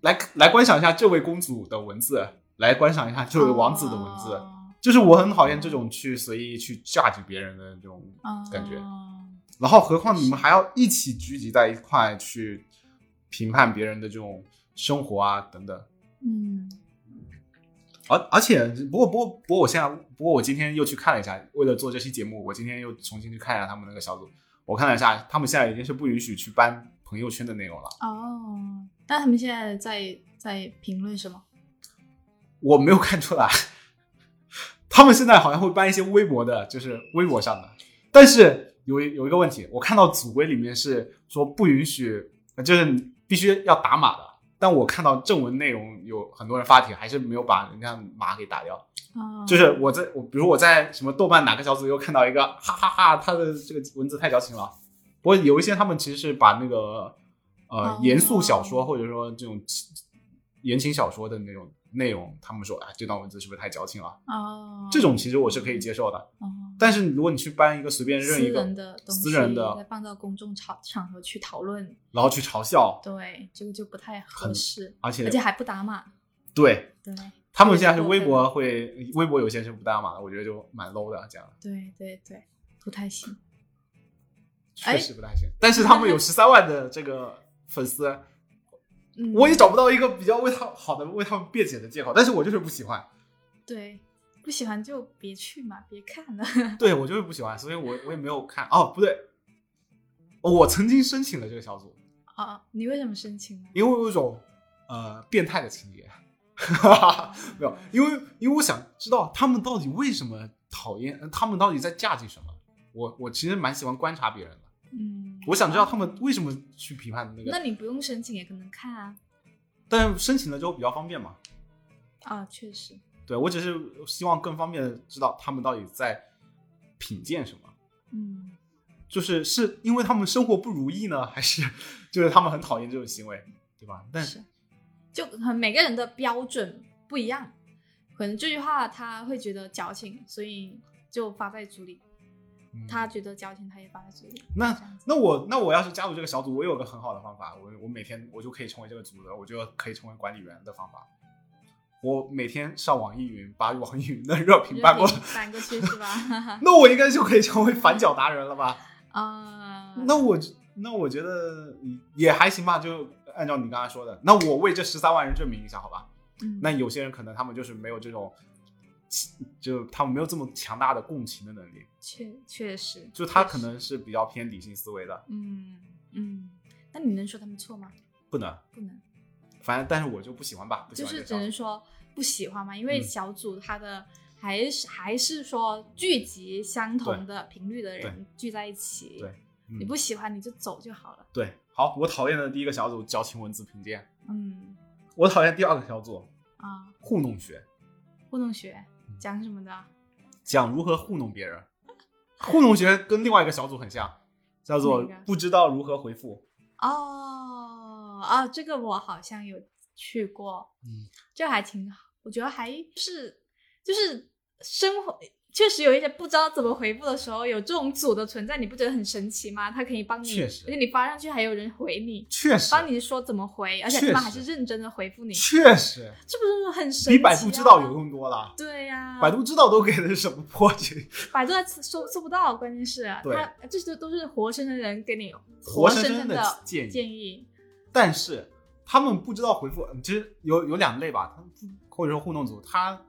S1: 来来观赏一下这位公主的文字，来观赏一下这位王子的文字。
S2: 哦
S1: 就是我很讨厌这种去随意去 judge 别人的这种感觉。
S2: 哦
S1: 然后，何况你们还要一起聚集在一块去评判别人的这种生活啊等等。
S2: 嗯，
S1: 而而且，不过不过不过，我现在不过我今天又去看了一下，为了做这期节目，我今天又重新去看一下他们那个小组。我看了一下，他们现在已经是不允许去搬朋友圈的内容了。
S2: 哦，那他们现在在在评论什么？
S1: 我没有看出来， [laughs] 他们现在好像会搬一些微博的，就是微博上的。但是有一有一个问题，我看到组规里面是说不允许，呃就是必须要打码的。但我看到正文内容有很多人发帖，还是没有把人家码给打掉。
S2: 哦，
S1: 就是我在我，比如我在什么豆瓣哪个小组又看到一个哈哈哈他的这个文字太矫情了。不过有一些他们其实是把那个呃、
S2: 哦
S1: 严肃小说或者说这种言情小说的那种内容，他们说哎这段文字是不是太矫情了？
S2: 哦，
S1: 这种其实我是可以接受的。
S2: 哦
S1: 但是如果你去搬一个随便任
S2: 私
S1: 一个
S2: 人的东西，
S1: 私人的
S2: 再放到公众场场合去讨论，
S1: 然后去嘲笑，
S2: 对，这个就不太合
S1: 很
S2: 适，
S1: 而且
S2: 而且还不打码，
S1: 对
S2: 对
S1: 他们现在是
S2: 这个
S1: 微博会微博有些是不搭码的，我觉得就蛮 low 的，这样
S2: 对对对，不太行。哎
S1: 确实不太行。但是他们有
S2: [laughs]
S1: 十三万的这个粉丝。
S2: 嗯，
S1: 我也找不到一个比较为他好的为他们辩解的借口，但是我就是不喜欢，
S2: 对，不喜欢就别去嘛，别看了。 [laughs]
S1: 对我就是不喜欢，所以我我也没有看。哦，不对，哦我曾经申请了这个小组，
S2: 啊，你为什么申请呢？
S1: 因为我有一种呃变态的情节， [laughs] 没有，因为因为我想知道他们到底为什么讨厌，呃他们到底在价值什么。我我其实蛮喜欢观察别人的，
S2: 嗯，
S1: 我想知道他们为什么去批判那
S2: 那
S1: 个，
S2: 你不用申请也可能看啊。
S1: 但申请了之后比较方便嘛。
S2: 啊，确实，
S1: 对我只是希望更方便的知道他们到底在品鉴什么。
S2: 嗯，
S1: 就是是因为他们生活不如意呢，还是就是他们很讨厌这种行为，对吧？但
S2: 是，就很每个人的标准不一样，可能这句话他会觉得矫情，所以就发在组里；
S1: 嗯
S2: 他觉得矫情，他也发在组里。
S1: 那
S2: 这样子
S1: 那我那我要是加入这个小组，我有个很好的方法，我我每天我就可以成为这个组的，我就可以成为管理员的方法。我每天上网易云，把网易云的热评搬过来
S2: 热，评搬过去是吧 [laughs]
S1: [laughs] 那我应该就可以成为反脚达人了吧？
S2: 啊，
S1: [laughs] 那我那我觉得也还行吧，就按照你刚才说的，那我为这十三万人证明一下，好吧？
S2: 嗯
S1: 那有些人可能他们就是没有这种，就他们没有这么强大的共情的能力，
S2: 确确实，
S1: 就他
S2: 确
S1: 可
S2: 实
S1: 能是比较偏理性思维的，
S2: 嗯嗯，那你能说他们错吗？
S1: 不能。
S2: 不能。
S1: 反正，但是我就不喜欢吧，不喜
S2: 就
S1: 欢这
S2: 是
S1: 个
S2: 只
S1: 小
S2: 能
S1: 组。
S2: 说不喜欢嘛，因为
S1: 嗯
S2: 小组它的还是还是说聚集相同的频率的人聚在一起，
S1: 对嗯
S2: 你不喜欢你就走就好了。
S1: 对，好，我讨厌的第一个小组矫情文字评鉴，
S2: 嗯
S1: 我讨厌第二个小组
S2: 啊，
S1: 糊弄学，
S2: 互动学
S1: 嗯
S2: 讲什么的啊？
S1: 讲如何糊弄别人。糊弄学跟另外一个小组很像，叫做
S2: 哪个
S1: 不知道如何回复。
S2: 哦啊，这个我好像有去过，
S1: 嗯，
S2: 这还挺好，我觉得还是就是生活。确实有一些不知道怎么回复的时候，有这种组的存在，你不觉得很神奇吗？它可以帮你，
S1: 确实
S2: 而且你发上去还有人回你，
S1: 确实，
S2: 帮你说怎么回，而且
S1: 确实
S2: 他们还是认真的回复你，
S1: 确实
S2: 这不是很神奇、啊？
S1: 比百度知道有。用多了。
S2: 对呀、
S1: 百度知道都给的是什么破局？
S2: 百度还搜搜不到，关键是
S1: 对
S2: 他这些都是活生生的人给你
S1: 活
S2: 生
S1: 生生的
S2: 的
S1: 建议
S2: 建议。
S1: 但是他们不知道回复，嗯其实有有两类吧，他们不或者说互动组，他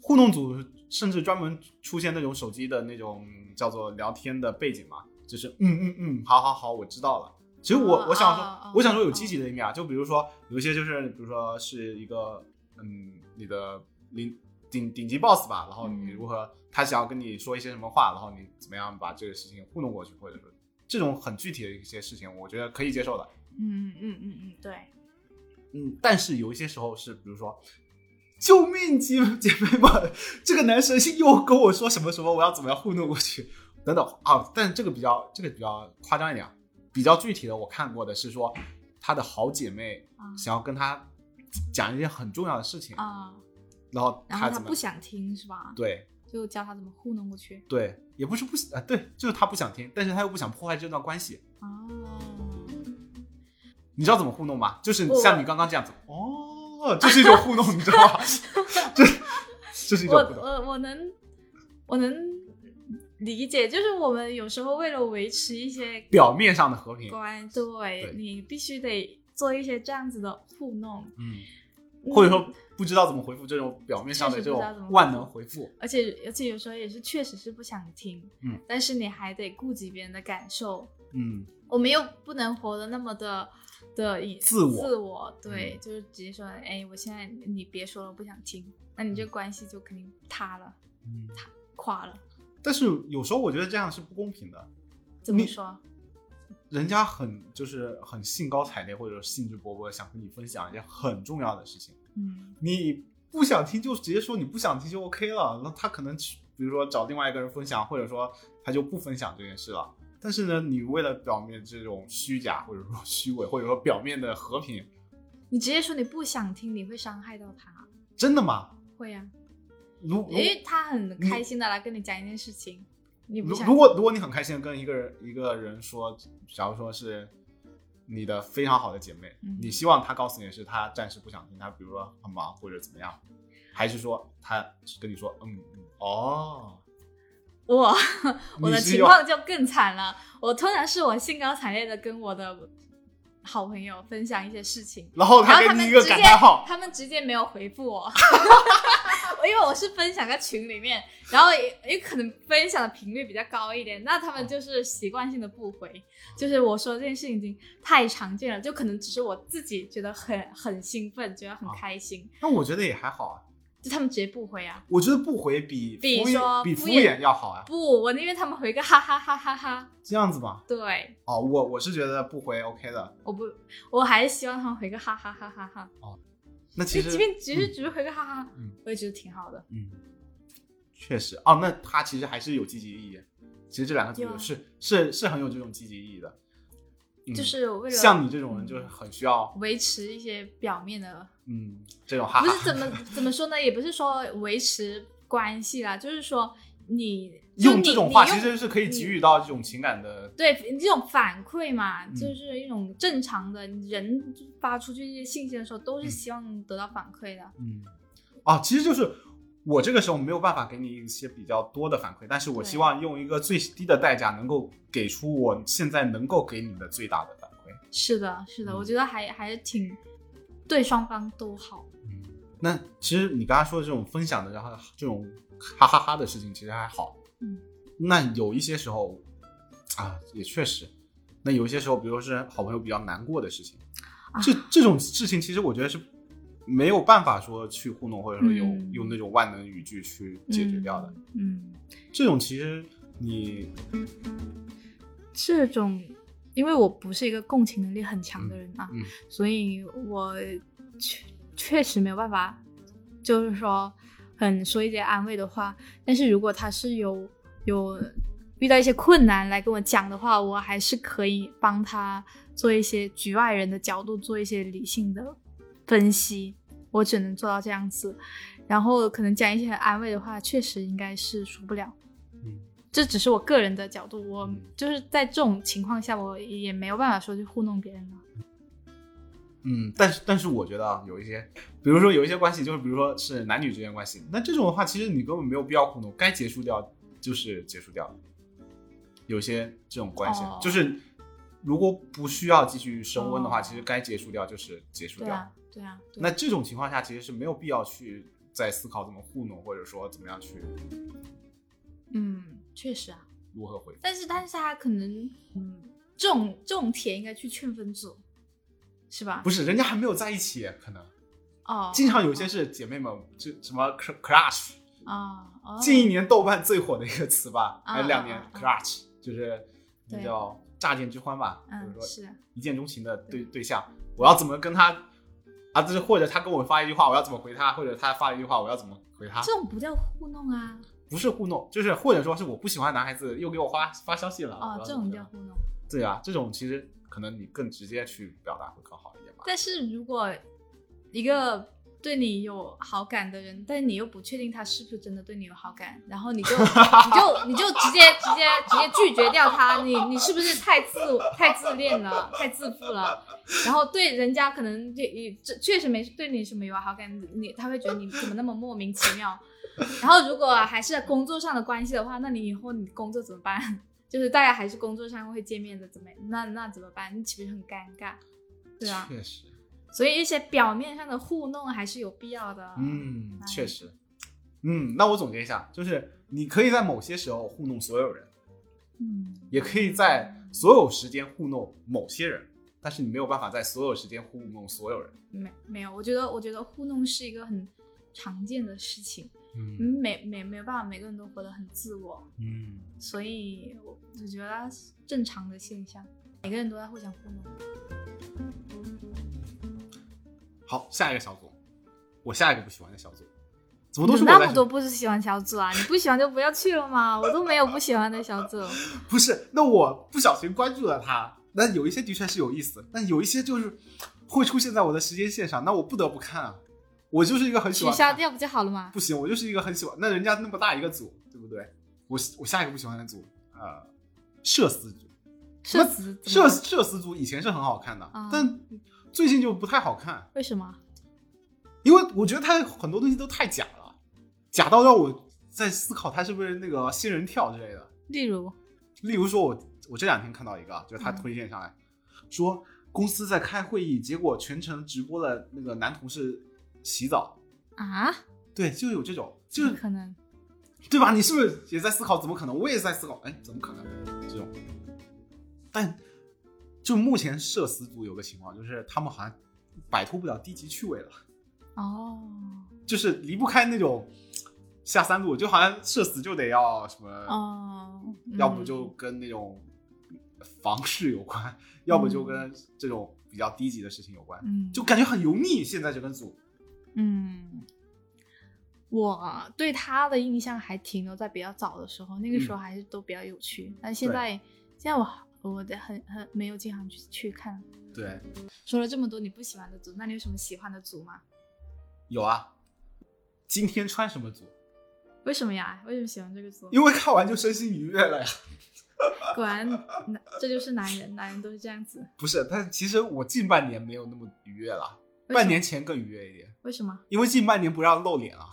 S1: 互动组甚至专门出现那种手机的那种叫做聊天的背景嘛，就是嗯嗯嗯，好好好，我知道了。其实我、
S2: 哦
S1: 我想说，
S2: 哦哦
S1: 我想说有积极的一面啊，就比如说有一些就是，比如说是一个嗯，你的领顶顶级 boss 吧，然后你
S2: 嗯
S1: 如何他想要跟你说一些什么话，然后你怎么样把这个事情糊弄过去，或者说这种很具体的一些事情，我觉得可以接受的。
S2: 嗯嗯嗯嗯，对，
S1: 嗯，但是有一些时候是，比如说，救命姐姐妹们，这个男生又跟我说什么什么，我要怎么样糊弄过去，等等啊。但是这个比较，这个比较夸张一点，啊，比较具体的，我看过的是说，她的好姐妹
S2: 啊
S1: 想要跟她讲一件很重要的事情，
S2: 啊、
S1: 然后
S2: 然
S1: 她
S2: 后他
S1: 怎么
S2: 不想听是吧？
S1: 对
S2: 就教他怎么糊弄过去。
S1: 对，也不是不想啊，对，就是她不想听，但是她又不想破坏这段关系。
S2: 哦，
S1: 你知道怎么糊弄吗？就是
S2: 我
S1: 像你刚刚这样子，哦，这是一种糊弄，你知道吗？ [laughs] 这这是一
S2: 我
S1: 种糊弄。
S2: 我我能我能理解，就是我们有时候为了维持一些
S1: 表面上的和平，
S2: 关，对
S1: 对
S2: 你必须得做一些这样子的糊弄，
S1: 嗯，
S2: 嗯
S1: 或者说不知道怎么回复这种表面上的
S2: 确
S1: 这
S2: 实不知道怎
S1: 种
S2: 么回复
S1: 万能回复，
S2: 而且而且有时候也是确实是不想听，
S1: 嗯，
S2: 但是你还得顾及别人的感受，
S1: 嗯，
S2: 我们又不能活得那么的的以
S1: 自我嗯
S2: 自我对，就是直接说，哎，我现在你别说了，我不想听，那你这关系就肯定塌了，
S1: 嗯。
S2: 垮了。
S1: 但是有时候我觉得这样是不公平的，
S2: 怎么
S1: 你
S2: 说？
S1: 人家很就是很兴高采烈或者兴致勃勃地想跟你分享一件很重要的事情，
S2: 嗯
S1: 你不想听就直接说你不想听就 OK 了。那他可能去，比如说找另外一个人分享，或者说他就不分享这件事了。但是呢，你为了表面这种虚假或者说虚伪，或 [laughs] 者说表面的和平，
S2: 你直接说你不想听，你会伤害到他。
S1: 真的吗？
S2: 会呀、
S1: 如如
S2: 因为他很开心的来跟你讲一件事情，你不
S1: 如
S2: 想
S1: 如果如果你很开心的跟一个人一个人说，假如说是你的非常好的姐妹，
S2: 嗯
S1: 你希望她告诉你的是她暂时不想听，她比如说很忙或者怎么样，还是说她只跟你说嗯嗯哦，
S2: 我
S1: 你
S2: 我的
S1: 是
S2: 情
S1: 要
S2: 况就更惨了，我通常是我兴高采烈的跟我的好朋友分享一些事情，
S1: 然后
S2: 然
S1: 她
S2: 后他
S1: 给
S2: 们
S1: 你一
S2: 直
S1: 个
S2: 接，
S1: 感叹号，
S2: 他们直接没有回复我， [laughs] 我因为我是分享在群里面，然后也也可能分享的频率比较高一点，那他们就是习惯性的不回，就是我说这件事情已经太常见了，就可能只是我自己觉得很很兴奋，觉得
S1: 啊
S2: 很开心，
S1: 那我觉得也还好啊，
S2: 就他们直接不回啊，
S1: 我觉得不回比
S2: 比
S1: 敷衍
S2: 说
S1: 比
S2: 敷
S1: 敷
S2: 衍
S1: 衍要好啊，
S2: 不，我宁愿他们回个哈哈哈哈哈，
S1: 这样子吧。
S2: 对。
S1: 哦，我我是觉得不回 OK 的。
S2: 我不，我还是希望他们回个哈哈哈哈哈。
S1: 那
S2: 就
S1: 其实
S2: 即便只是只是回个哈哈，哈
S1: 嗯，
S2: 我也觉得挺好的。
S1: 嗯，确实哦，那他其实还是有积极意义。其实这两个组
S2: 有啊
S1: 合是是是很有这种积极意义的，嗯、
S2: 就是为了嗯
S1: 像你这种人就是很需要
S2: 维持一些表面的，
S1: 嗯这种哈
S2: 不
S1: 哈
S2: 是怎么怎么说呢？也不是说维持关系啦，就是说你就
S1: 用
S2: 你
S1: 这种
S2: 你
S1: 话
S2: 用
S1: 其实是可以
S2: 你
S1: 给予到这种情感的，
S2: 对这种反馈嘛，
S1: 嗯
S2: 就是一种正常的人发出去一些信息的时候，都是
S1: 嗯
S2: 希望得到反馈的。
S1: 嗯啊，其实就是我这个时候没有办法给你一些比较多的反馈，但是我
S2: 对
S1: 希望用一个最低的代价能够给出我现在能够给你的最大的反馈。
S2: 是的，是的，
S1: 嗯
S2: 我觉得还还是挺对双方都好。
S1: 嗯，那其实你刚才说的这种分享的，然后这种哈哈哈的事情，其实还好。
S2: 嗯，
S1: 那有一些时候啊，也确实，那有一些时候，比如说是好朋友比较难过的事情，
S2: 啊
S1: 这这种事情其实我觉得是没有办法说去糊弄，或者说有、
S2: 嗯
S1: 用那种万能语句去解决掉的。
S2: 嗯。嗯
S1: 这种其实你
S2: 这种，因为我不是一个共情能力很强的人啊，
S1: 嗯嗯
S2: 所以我确确实没有办法，就是说很说一些安慰的话。但是如果他是有有遇到一些困难来跟我讲的话，我还是可以帮他做一些局外人的角度，做一些理性的分析。我只能做到这样子，然后可能讲一些很安慰的话，确实应该是说不了。
S1: 嗯
S2: 这只是我个人的角度，我
S1: 嗯
S2: 就是在这种情况下，我也没有办法说去糊弄别人了。
S1: 嗯，但是但是我觉得啊，有一些，比如说有一些关系，就是比如说是男女之间关系，那这种的话，其实你根本没有必要糊弄，该结束掉就是结束掉。有些这种关系，
S2: 哦
S1: 就是如果不需要继续升温的话，
S2: 哦
S1: 其实该结束掉就是结束
S2: 对
S1: 掉。
S2: 啊，对啊，对
S1: 那这种情况下，其实是没有必要去再思考怎么糊弄，或者说怎么样去
S2: 嗯，确实啊，
S1: 如何回复。
S2: 但是但是他可能，嗯，这种这种帖应该去劝分组，是吧？
S1: 不是，人家还没有在一起，可能
S2: 哦，
S1: 经常有些是姐妹们，就什么 cr- crush，
S2: 啊，哦
S1: 近一年豆瓣最火的一个词吧，
S2: 啊
S1: 还有两年
S2: 啊啊
S1: crush，就是那
S2: 对
S1: 叫乍见之欢吧，或者
S2: 嗯
S1: 说
S2: 是啊
S1: 一见钟情的对对象，我要怎么跟他啊？就是或者他跟我发一句话，我要怎么回他？或者他发一句话，我要怎么回他？
S2: 这种不叫糊弄啊，
S1: 不是糊弄，就是或者说是我不喜欢男孩子又给我发发消息了。我要
S2: 哦，这
S1: 怎么回
S2: 种叫
S1: 他
S2: 糊弄。
S1: 对啊，这种其实可能你更直接去表达会更好一点吧。
S2: 但是如果一个对你有好感的人，但你又不确定他是不是真的对你有好感，然后你就你就你就直接直接直接拒绝掉他，你你是不是太自太自恋了，太自负了？然后对人家可能也也这确实没对你什么有好感，你他会觉得你怎么那么莫名其妙。然后如果还是工作上的关系的话，那你以后你工作怎么办？就是大家还是工作上会见面的，怎么那那怎么办？你岂不是很尴尬？对啊，
S1: 确实，
S2: 所以一些表面上的糊弄还是有必要的。
S1: 嗯，
S2: 哎
S1: 确实，嗯，那我总结一下，就是你可以在某些时候糊弄所有人，
S2: 嗯
S1: 也可以在所有时间糊弄某些人，但是你没有办法在所有时间糊弄所有人。
S2: 没没有，我觉得我觉得糊弄是一个很常见的事情，
S1: 嗯
S2: 嗯没没没有办法，每个人都活得很自我，
S1: 嗯，
S2: 所以我我觉得它是正常的现象，每个人都在互相糊弄。
S1: 好，下一个小组，我下一个不喜欢的小组，怎么都
S2: 有
S1: 是我
S2: 嗯那
S1: 在
S2: 么多不是喜欢小组啊？你不喜欢就不要去了嘛，我都没有不喜欢的小组。
S1: 不 [laughs] 是，那我不小心关注了他，那有一些的确是有意思，但有一些就是会出现在我的时间线上，那我不得不看啊。我就是一个很喜
S2: 取
S1: 欢
S2: 消
S1: 看
S2: 掉不就好了吗？
S1: 不行，我就是一个很喜欢。那人家那么大一个组，对不对？我我下一个不喜欢的组，呃，社死组。
S2: 社死怎么
S1: 社
S2: 了
S1: 社死组以前是很好看的，
S2: 嗯啊
S1: 但最近就不太好看，
S2: 为什么？
S1: 因为我觉得他很多东西都太假了，假到让我在思考他是不是那个仙人跳之类的。
S2: 例如，
S1: 例如说我，我这两天看到一个啊，就是他推荐上来、说公司在开会议，结果全程直播了那个男同事洗澡，
S2: 啊，
S1: 对，就有这种，就
S2: 怎么
S1: 是
S2: 可能？
S1: 对吧？你是不是也在思考怎么可能？我也在思考，哎，怎么可能这种？但就目前社死组有个情况，就是他们好像摆脱不了低级趣味了，
S2: 哦
S1: 就是离不开那种下三路，就好像社死就得要什么，
S2: 哦，
S1: 要不
S2: 嗯
S1: 就跟那种房事有关，要不就跟这种比较低级的事情有关，
S2: 嗯，
S1: 就感觉很油腻。现在这个组，
S2: 嗯，我对他的印象还停留在比较早的时候，那个时候还是都比较有趣，但现
S1: 嗯对
S2: 在现在我我的很很没有经常去去看。
S1: 对，
S2: 说了这么多你不喜欢的组，那你有什么喜欢的组吗？
S1: 有啊。今天穿什么组？
S2: 为什么呀？为什么喜欢这个组？
S1: 因为看完就身心愉悦了呀。
S2: 果然，男这就是男人，男人都是这样子。
S1: 不是，但其实我近半年没有那么愉悦了，
S2: 为什
S1: 半
S2: 么
S1: 年前更愉悦一点，
S2: 为什么？
S1: 因为近半年不让露脸了。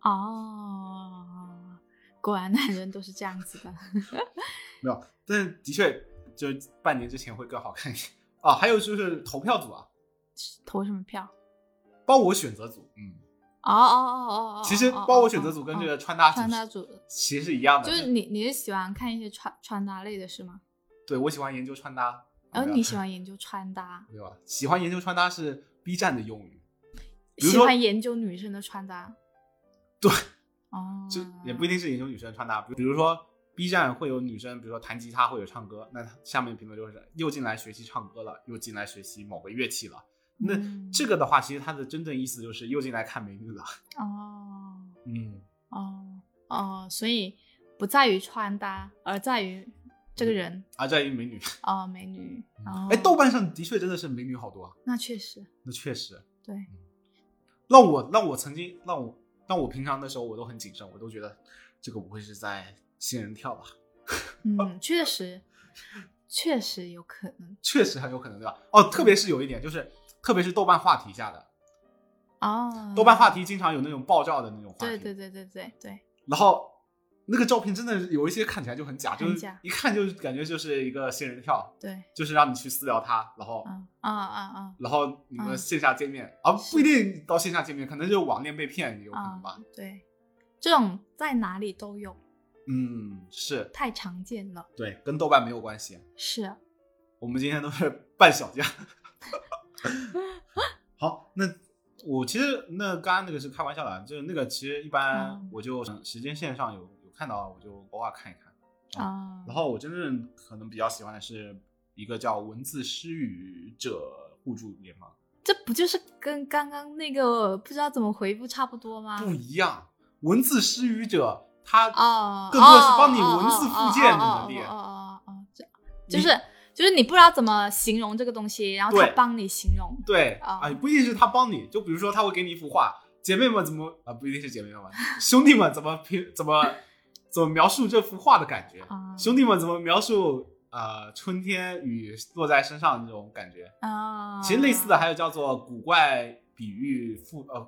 S1: 啊
S2: 哦，果然男人都是这样子的。 [laughs]
S1: 没有，但是的确就是半年之前会更好看一点啊。还有就是投票组啊，
S2: 投什么票？
S1: 包我选择组，嗯，
S2: 哦哦哦哦哦！
S1: 其实
S2: 哦
S1: 包我
S2: 哦
S1: 选择
S2: 哦
S1: 组
S2: 哦
S1: 跟这个穿搭组
S2: 穿搭
S1: 是
S2: 组
S1: 其实是一样的，
S2: 就是你，你是喜欢看一些穿穿搭类的是吗？
S1: 对我喜欢研究穿搭，没
S2: 然后
S1: 有
S2: 哦你喜欢研究穿搭，
S1: 没有啊？喜欢研究穿搭是 B 站的用语，比如
S2: 喜
S1: 说
S2: 欢研究女生的穿搭。
S1: 对，
S2: 哦，
S1: 就也不一定是研究女生穿搭，比如比如说 B 站会有女生，比如说弹吉他或者唱歌，那她下面评论就是又进来学习唱歌了，又进来学习某个乐器了。那
S2: 嗯
S1: 这个的话，其实它的真正意思就是又进来看美女了。
S2: 哦
S1: [laughs] 嗯，
S2: 哦哦，所以不在于穿搭，而在于这个人
S1: 而在于美女。
S2: 哦，美女。哦，
S1: 嗯哎，豆瓣上的确真的是美女好多、啊，
S2: 那确实
S1: 那确实
S2: 对，
S1: 让我让我曾经让我让我平常的时候我都很谨慎，我都觉得这个不会是在仙人跳吧？哦
S2: 嗯，确实确实有可能
S1: 确实很有可能，对吧？哦，特别是有一点就是，特别是豆瓣话题下的，
S2: 哦。
S1: 豆瓣话题经常有那种爆照的那种话题，
S2: 对对对对对对，
S1: 然后那个照片真的有一些看起来就很假，就是
S2: 很假
S1: 一看就是感觉就是一个仙人跳，
S2: 对，
S1: 就是让你去私聊他，然后、
S2: 嗯啊啊啊，
S1: 然后你们
S2: 嗯
S1: 线下见面、啊，不一定到线下见面，可能就网恋被骗也有可能吧。
S2: 啊对，这种在哪里都有，
S1: 嗯，是
S2: 太常见了。
S1: 对，跟豆瓣没有关系。
S2: 是啊，
S1: 我们今天都是 [laughs] 半小
S2: [laughs]
S1: 价。好，那我其实那刚刚那个是开玩笑的，啊就是那个其实一般
S2: 嗯
S1: 我就时间线上有有看到，我就偶尔看一看。
S2: 啊
S1: 然后我真正可能比较喜欢的是一个叫“文字失语者互助联盟
S2: 这不就是跟刚刚那个不知道怎么回复差不多”，吗？
S1: 不一样。文字失语者他
S2: 啊哦，
S1: 更多的是帮你文字附件的能力啊
S2: 哦哦哦哦哦哦哦，这
S1: 你
S2: 就是就是你不知道怎么形容这个东西，然后他
S1: 对
S2: 帮你形容。
S1: 对
S2: 哦
S1: 啊，不一定是他帮你，就比如说他会给你一幅画，姐妹们怎么啊，不一定是姐妹们，兄弟们怎么评怎么怎么描述这幅画的感觉，
S2: 啊
S1: 兄弟们怎么描述呃春天雨落在身上的这种感觉。
S2: 啊，
S1: 其实类似的还有叫做古怪比喻复呃，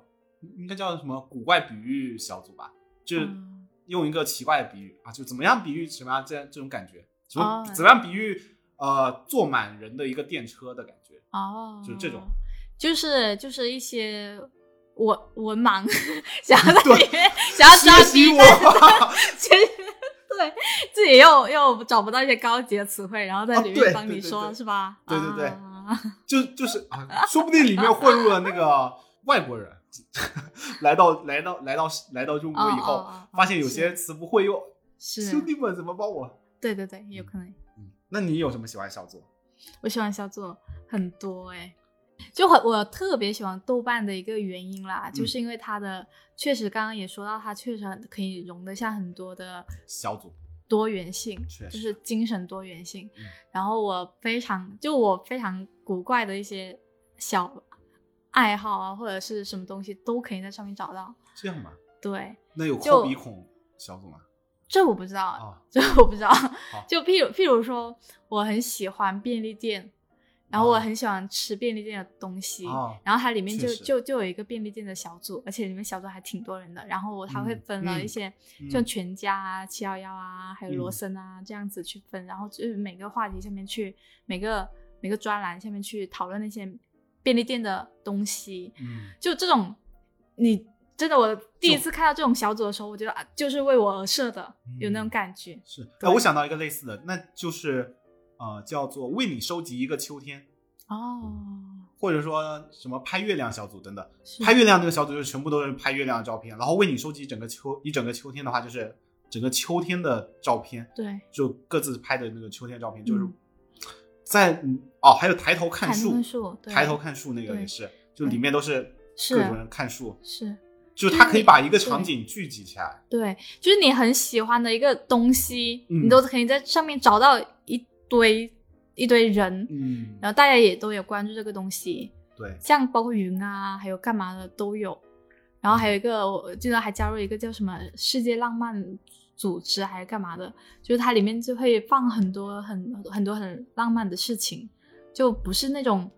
S1: 应该叫什么古怪比喻小组吧，就是
S2: 嗯
S1: 用一个奇怪的比喻啊，就怎么样比喻什么样这这种感觉，怎么、
S2: 哦
S1: 怎么样比喻呃坐满人的一个电车的感觉，
S2: 哦，
S1: 就是这种，
S2: 就是就是一些文文盲 [laughs] 想要在里面想要抓
S1: 吸
S2: 鸡
S1: 我。 [laughs]
S2: 蛋，其实对自己又又找不到一些高级的词汇，然后在
S1: 啊
S2: 里
S1: 对
S2: 面帮
S1: 对
S2: 你
S1: 对
S2: 说，
S1: 对
S2: 是吧？
S1: 对对对
S2: 啊
S1: 就就是啊，说不定里面混入了那个外国人， [laughs] 来到来到来到来到中国以后，
S2: 哦哦哦哦
S1: 发现有些词不会用，
S2: 是，
S1: 兄弟们怎么帮我？
S2: 对对对，有可能。
S1: 嗯，那你有什么喜欢小作？
S2: 我喜欢小作很多哎、就很我特别喜欢豆瓣的一个原因
S1: 嗯
S2: 啦，就是因为它的确实刚刚也说到，它确实很可以容得下很多的
S1: 小组
S2: 多元性，
S1: 确实
S2: 就是精神多元性。
S1: 嗯
S2: 然后我非常就我非常古怪的一些小爱好啊，或者是什么东西都可以在上面找到。
S1: 这样吗？
S2: 对，
S1: 那有
S2: 就
S1: 抠鼻孔小组吗？
S2: 这我不知道，
S1: 啊，
S2: 这我不知道。就譬如譬如说，我很喜欢便利店，然后
S1: 哦
S2: 我很喜欢吃便利店的东西，
S1: 哦
S2: 然后它里面就
S1: 确实
S2: 就就有一个便利店的小组，而且里面小组还挺多人的。然后我它会
S1: 嗯
S2: 分了一
S1: 嗯
S2: 些、
S1: 嗯
S2: 像全家啊、七幺幺啊，还有罗
S1: 嗯
S2: 森啊、这样子去分，然后就是每个话题下面去每个每个专栏下面去讨论那些便利店的东西，
S1: 嗯，
S2: 就这种你。真的，我第一次看到这种小组的时候，我觉得啊，就是为我而设的，有那种
S1: 嗯
S2: 感觉。
S1: 是。哎、
S2: 对
S1: 我想到一个类似的，那就是呃，叫做为你收集一个秋天，
S2: 哦，
S1: 或者说什么拍月亮小组等等。嗯 [laughs]
S2: 是
S1: 拍月亮这个小组就是全部都是拍月亮的照片，然后为你收集整个秋一整个秋天的话，就是整个秋天的照片，
S2: 对，
S1: 就各自拍的那个秋天照片，就是
S2: 嗯
S1: 在嗯哦，还有抬头看
S2: 砍
S1: 树
S2: 论，树，对
S1: 抬头看树那个
S2: 对
S1: 也是，就里面都是
S2: 是
S1: 各种人看树，
S2: 是
S1: 就是
S2: 就是
S1: 他可以
S2: 你
S1: 把一个
S2: 对
S1: 场景聚集起来，
S2: 对，就是你很喜欢的一个东西，
S1: 嗯
S2: 你都可以在上面找到一堆一堆人，
S1: 嗯，
S2: 然后大家也都有关注这个东西，
S1: 对，
S2: 像包括云啊，还有干嘛的都有。然后还有一个，我记得还加入一个叫什么世界浪漫组织还是干嘛的，就是它里面就会放很多很很多很浪漫的事情，就不是那种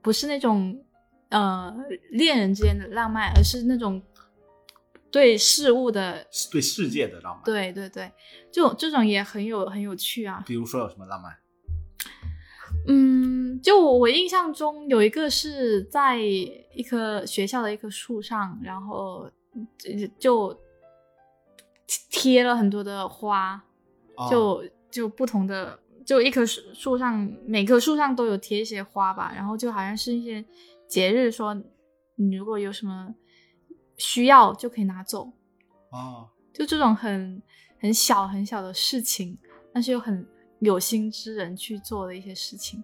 S2: 不是那种呃恋人之间的浪漫，而是那种对事物的
S1: 是对世界的浪漫。
S2: 对对对，这种这种也很有很有趣啊。
S1: 比如说有什么浪漫？
S2: 嗯，就我我印象中有一个是在一棵学校的一棵树上，然后就就贴了很多的花，
S1: 哦
S2: 就就不同的，就一棵树树上每棵树上都有贴一些花吧，然后就好像是一些节日说，你如果有什么需要就可以拿走，
S1: 哦，
S2: 就这种很很小很小的事情，但是又很有心之人去做的一些事情。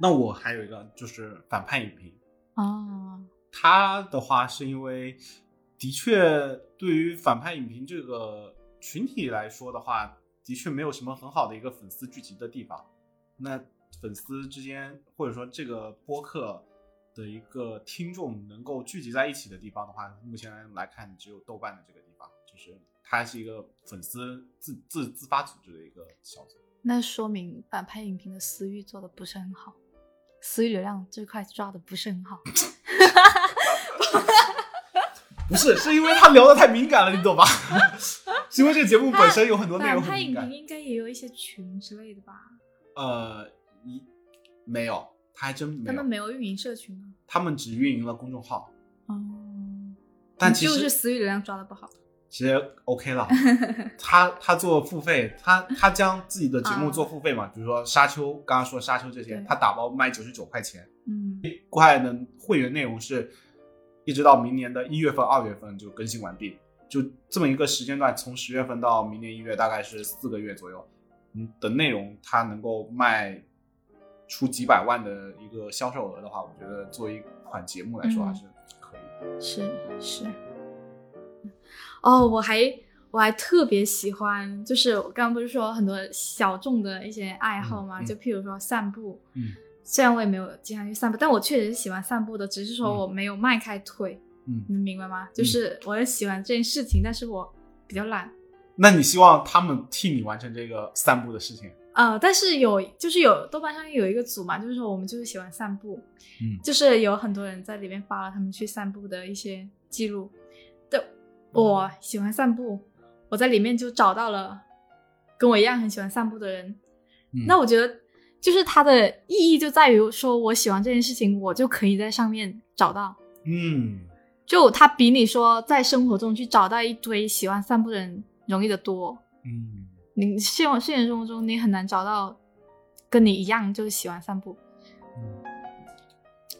S1: 那我还有一个就是反叛影评，
S2: 哦，
S1: 他的话是因为的确对于反派影评这个群体来说的话，的确没有什么很好的一个粉丝聚集的地方。那粉丝之间或者说这个播客的一个听众能够聚集在一起的地方的话，目前来看只有豆瓣的这个地方，就是它是一个粉丝自自自发组织的一个小组。
S2: 那说明反派影评的私域做的不是很好，私域流量这块抓的不是
S1: [laughs]
S2: 很好。 [laughs]
S1: 不是，是因为他聊的太敏感了，你懂吧？是因为这个节目本身有很多内容
S2: 他
S1: 很敏
S2: 影
S1: 感
S2: 评。应该也有一些群之类的吧？
S1: 呃，一没有，他还真没
S2: 他
S1: 有，
S2: 们没有运营社群吗？
S1: 他们只运营了公众号，
S2: 哦，
S1: 但
S2: 你
S1: 其
S2: 就
S1: 实
S2: 是私域流量抓的不好。
S1: 其实 OK
S2: [laughs]
S1: 了。他他做付费，他他将自己的节目做付费嘛，比如说沙丘，刚刚说沙丘这些
S2: 对，
S1: 他打包卖九十九块钱，
S2: 嗯，
S1: 快的会员内容是一直到明年的一月份、二月份就更新完毕，就这么一个时间段，从十月份到明年一月，大概是四个月左右，嗯的内容，它能够卖出几百万的一个销售额的话，我觉得作为一款节目来说
S2: 嗯
S1: 还是可以的。
S2: 是是。哦，我还我还特别喜欢，就是我刚刚不是说很多小众的一些爱好嘛，
S1: 嗯嗯
S2: 就譬如说散步。
S1: 嗯
S2: 虽然我也没有经常去散步，但我确实是喜欢散步的，只是说我没有迈开腿，
S1: 嗯，
S2: 你明白吗？就是我很喜欢这件事情，但是我比较懒。
S1: 那你希望他们替你完成这个散步的事情？
S2: 呃，但是有就是有豆瓣上有一个组嘛，就是说我们就是喜欢散步，
S1: 嗯
S2: 就是有很多人在里面发了他们去散步的一些记录。对，
S1: 哦
S2: 我喜欢散步，我在里面就找到了跟我一样很喜欢散步的人。
S1: 嗯
S2: 那我觉得就是它的意义就在于说我喜欢这件事情，我就可以在上面找到。
S1: 嗯
S2: 就它比你说在生活中去找到一堆喜欢散步的人容易得多。
S1: 嗯
S2: 你现现实生活中你很难找到跟你一样就是喜欢散步。
S1: 嗯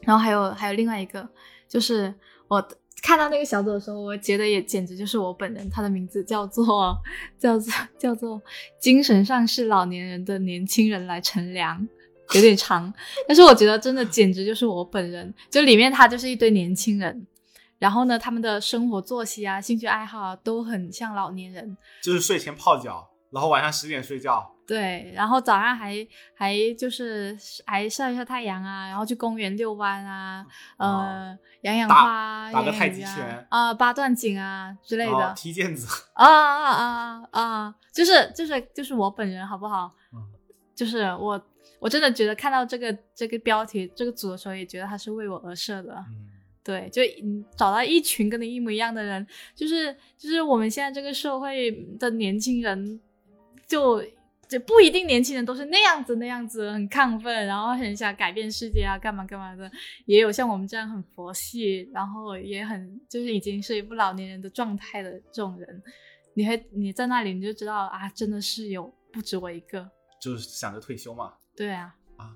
S2: 然后还有还有另外一个，就是我看到那个小组的时候，我觉得也简直就是我本人，他的名字叫做叫做叫做精神上是老年人的年轻人来乘凉。有点长，但是我觉得真的简直就是我本人，就里面他就是一堆年轻人，然后呢，他们的生活作息啊、兴趣爱好啊都很像老年人，
S1: 就是睡前泡脚，然后晚上十点睡觉。
S2: 对，然后早上还还就是还晒一晒太阳啊，然后去公园遛弯啊，呃，养养
S1: 哦打
S2: 花啊，
S1: 打个
S2: 养养
S1: 太
S2: 鱼
S1: 极
S2: 啊
S1: 拳哦
S2: 啊、八段锦啊之类
S1: 然
S2: 的
S1: 后
S2: 啊
S1: 踢毽子，
S2: 啊啊啊啊！就是就是就是我本人好不好？
S1: 嗯
S2: 就是我我真的觉得看到这个这个标题这个组的时候，也觉得它是为我而设的。
S1: 嗯，
S2: 对，就你找到一群跟你一模一样的人，就是就是我们现在这个社会的年轻人就，就不一定年轻人都是那样子那样子，很亢奋，然后很想改变世界啊，干嘛干嘛的，也有像我们这样很佛系，然后也很就是已经是一副老年人的状态的这种人，你会你在那里你就知道啊，真的是有不止我一个，
S1: 就是想着退休嘛。
S2: 对啊，
S1: 啊，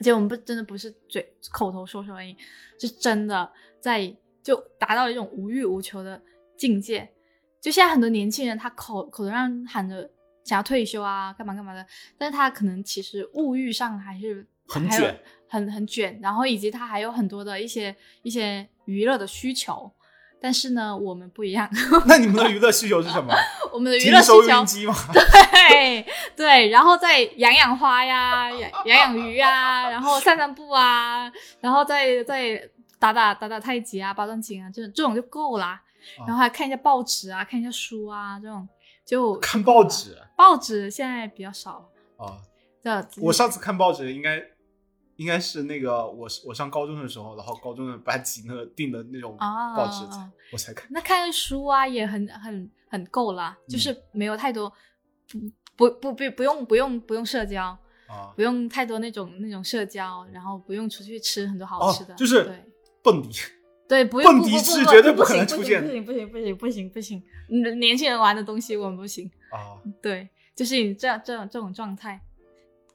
S2: 而且我们不真的不是嘴口头说说而已，是真的在就达到一种无欲无求的境界。就现在很多年轻人，他口口头上喊着想要退休啊，干嘛干嘛的，但是他可能其实物欲上还是
S1: 很
S2: 还有
S1: 卷
S2: 很很卷，然后以及他还有很多的一些一些娱乐的需求。但是呢，我们不一样， [laughs]
S1: [laughs] 那你们的娱乐需求是什么？
S2: 我们的 [laughs] 娱
S1: 听
S2: 乐需
S1: 收
S2: 求
S1: 音机吗？
S2: 对对，然后再养养花呀，养养养鱼啊，然后散散步啊，然后再再打打打打太极啊、八段锦啊，这种这种就够啦。
S1: 啊
S2: 然后还看一下报纸啊，看一下书啊，这种就
S1: 看报，纸
S2: 报纸现在比较少了。
S1: 啊！
S2: 嗯这
S1: 我上次看报纸应该应该是那个我我上高中的时候，然后高中的班级那个订的那种
S2: 啊
S1: 报纸才，
S2: 啊
S1: 我才看。
S2: 那看书啊也很很很够啦，
S1: 嗯
S2: 就是没有太多不不不不不用不用不用社交，
S1: 啊
S2: 不用太多那种那种社交，然后不用出去吃很多好
S1: 哦
S2: 吃的，，
S1: 就是
S2: 对。
S1: 蹦迪，
S2: 对，不
S1: 蹦
S2: 用
S1: 迪
S2: 不不
S1: 是
S2: 不
S1: 绝对
S2: 不
S1: 不可
S2: 行
S1: 能
S2: 不
S1: 出
S2: 行
S1: 现
S2: 不行不行不行不行不行，嗯年轻人玩的东西我们不行。
S1: 啊，
S2: 对，就是你这样这种这种状态，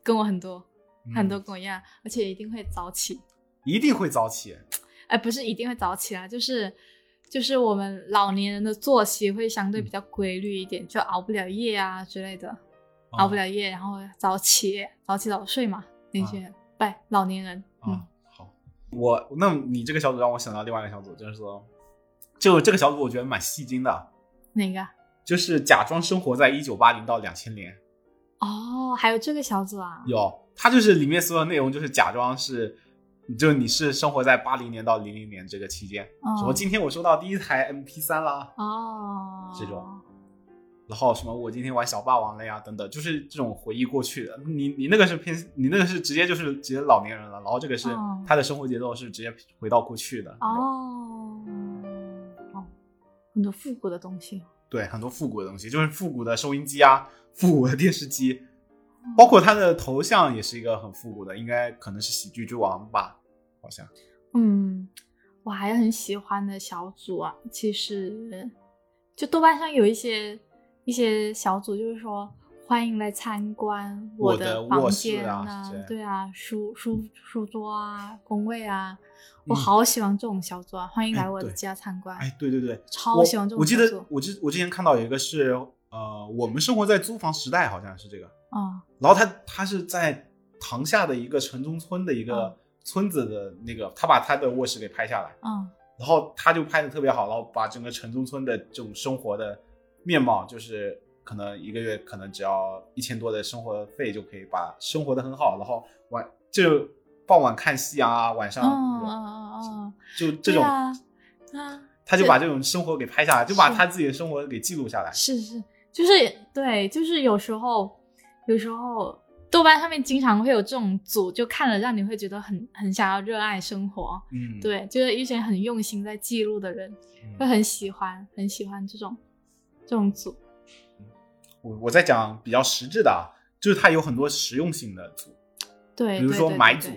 S2: 跟我很多、
S1: 嗯
S2: 很多跟我一样，而且一定会早起。
S1: 一定会早起。
S2: 哎，不是一定会早起啊，就是就是我们老年人的作息会相
S1: 嗯
S2: 对比较规律一点，就熬不了夜啊之类的，
S1: 啊哦
S2: 熬啊不了夜，然后早起早起早睡嘛，年轻人，不、老年人，嗯。
S1: 啊，好，我那你这个小组让我想到另外一个小组，就是说，就这个小组我觉得蛮戏精的，
S2: 哪个？
S1: 就是假装生活在一九八零到两千年。
S2: 哦，还有这个小组啊？
S1: 有，它就是里面所有内容就是假装是，就是你是生活在八零年到零零年这个期间。
S2: 哦
S1: 什么今天我收到第一台 MP 三啦，
S2: 哦，
S1: 这种然后什么我今天玩小霸王了呀，等等，就是这种回忆过去的。你你那个是偏，你那个是直接就是直接老年人了，然后这个是、
S2: 哦
S1: 他的生活节奏是直接回到过去的。
S2: 哦，哦，很多复古的东西。
S1: 对很多复古的东西，就是复古的收音机啊，复古的电视
S2: 哦
S1: 机，包括他的头像也是一个很复古的，应该可能是喜剧之王吧，好像。
S2: 嗯，我还很喜欢的小组啊，其实就豆瓣上有一些一些小组，就是说欢迎来参观
S1: 我的
S2: 的
S1: 卧
S2: 房
S1: 室
S2: 间
S1: 啊
S2: 啊
S1: 这样
S2: 对啊，书书书桌啊，工位啊，
S1: 嗯
S2: 我好喜欢这种小组啊，欢迎
S1: 哎
S2: 来我的
S1: 对
S2: 家参观。
S1: 哎，对对对，
S2: 超
S1: 我
S2: 喜欢这种
S1: 我记
S2: 小
S1: 得
S2: 组
S1: 我之我之前看到有一个是呃，我们生活在租房时代，好像是这个，
S2: 啊、
S1: 然后他他是在塘下的一个城中村的一
S2: 嗯
S1: 个村子的那个，他把他的卧室给拍下来，
S2: 嗯
S1: 然后他就拍的特别好，然后把整个城中村的这种生活的面貌，就是可能一个月可能只要一千多的生活费就可以把生活的很好，然后晚就傍晚看夕阳啊，晚上
S2: 嗯
S1: 那种、
S2: 嗯嗯嗯，
S1: 就这
S2: 对
S1: 种，
S2: 啊啊，
S1: 他就
S2: 这
S1: 把这种生活给拍下来，就把
S2: 是
S1: 他自己的生活给记录下来。
S2: 是是，就是对，就是有时候，有时候豆瓣上面经常会有这种组，就看了让你会觉得很很想要热爱生活。
S1: 嗯，
S2: 对，就是一些很用心在记录的人，
S1: 嗯
S2: 会很喜欢，很喜欢这种这种组。
S1: 我我在讲比较实质的啊，就是它有很多实用性的组，
S2: 对，
S1: 比如
S2: 对
S1: 说
S2: 对
S1: 买
S2: 对
S1: 组，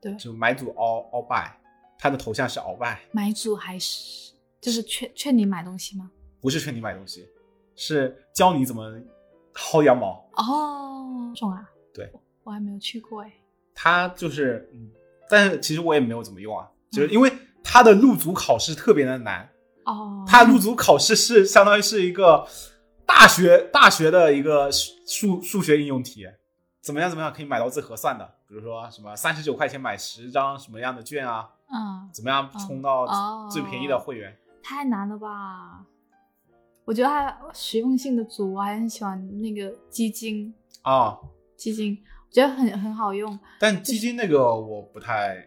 S2: 对对
S1: 就买组 all all buy，它的头像是 all buy，
S2: 买组还是就是劝劝你买东西吗？
S1: 不是劝你买东西，是教你怎么薅羊毛。
S2: 哦，这种啊，
S1: 对
S2: 我，我还没有去过哎。
S1: 它就是，嗯但是其实我也没有怎么用啊，
S2: 嗯
S1: 就是因为它的入组考试特别的难，
S2: 哦，
S1: 它入组考试是相当于是一个大学大学的一个数数学应用题，怎么样怎么样可以买到最合算的，比如说什么三十九块钱买十张什么样的券啊，
S2: 嗯，
S1: 怎么样冲到
S2: 哦
S1: 最便宜的会员？
S2: 太难了吧？我觉得它实用性的组，我还很喜欢那个基金，
S1: 啊，
S2: 基金我觉得很很好用。
S1: 但基金那个我不太，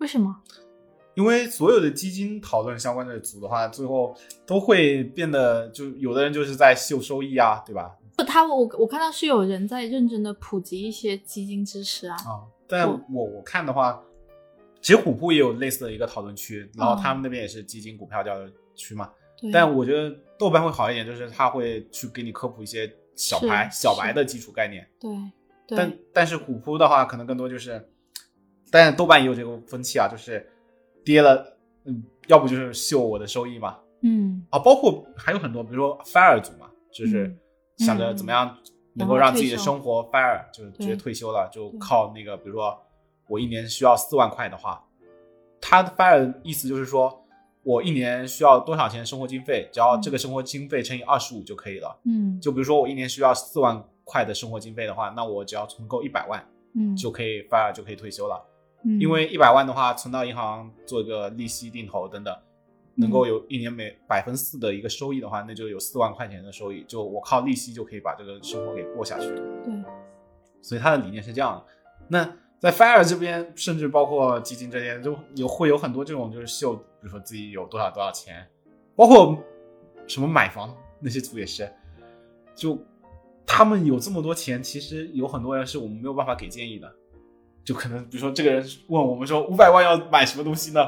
S2: 为什么？
S1: 因为所有的基金讨论相关的组的话，最后都会变得，就有的人就是在秀收益啊，对吧？
S2: 他我我看到是有人在认真的普及一些基金知识啊。
S1: 啊，但
S2: 嗯
S1: 我我看的话，其实虎扑也有类似的一个讨论区，然后他们那边也是基金股票交流区嘛。
S2: 对，
S1: 但我觉得豆瓣会好一点，就是他会去给你科普一些小
S2: 是
S1: 白小白
S2: 是
S1: 的基础概念。
S2: 对
S1: 但
S2: 对
S1: 但是虎扑的话，可能更多就是，但豆瓣也有这个风气啊，就是跌了，嗯，要不就是秀我的收益嘛，
S2: 嗯，
S1: 啊，包括还有很多，比如说 fire 组嘛，就是
S2: 嗯
S1: 想着
S2: 嗯
S1: 怎么样能
S2: 然
S1: 够
S2: 后
S1: 让
S2: 退
S1: 自己的
S2: 休
S1: 生活 fire，就是直接
S2: 对
S1: 退休了，就
S2: 对
S1: 靠那个，比如说我一年需要四万块的话，他的 fire 意思就是说。我一年需要多少钱生活经费？只要这个生活经费乘以二十五就可以了。
S2: 嗯
S1: 就比如说我一年需要四万块的生活经费的话，那我只要存够一百万，
S2: 嗯
S1: 就可以 fire 就可以退休了。
S2: 嗯
S1: 因为一百万的话，存到银行做个利息定投等等，能够有一年每百分四的一个收益的话，那就有四万块钱的收益，就我靠利息就可以把这个生活给过下去。
S2: 嗯对
S1: 所以他的理念是这样的。那在 fire 这边，甚至包括基金这边，就有会有很多这种就是秀，比如说自己有多少多少钱，包括什么买房那些组也是，就他们有这么多钱，其实有很多人是我们没有办法给建议的。就可能，比如说这个人问我们说五百万要买什么东西呢？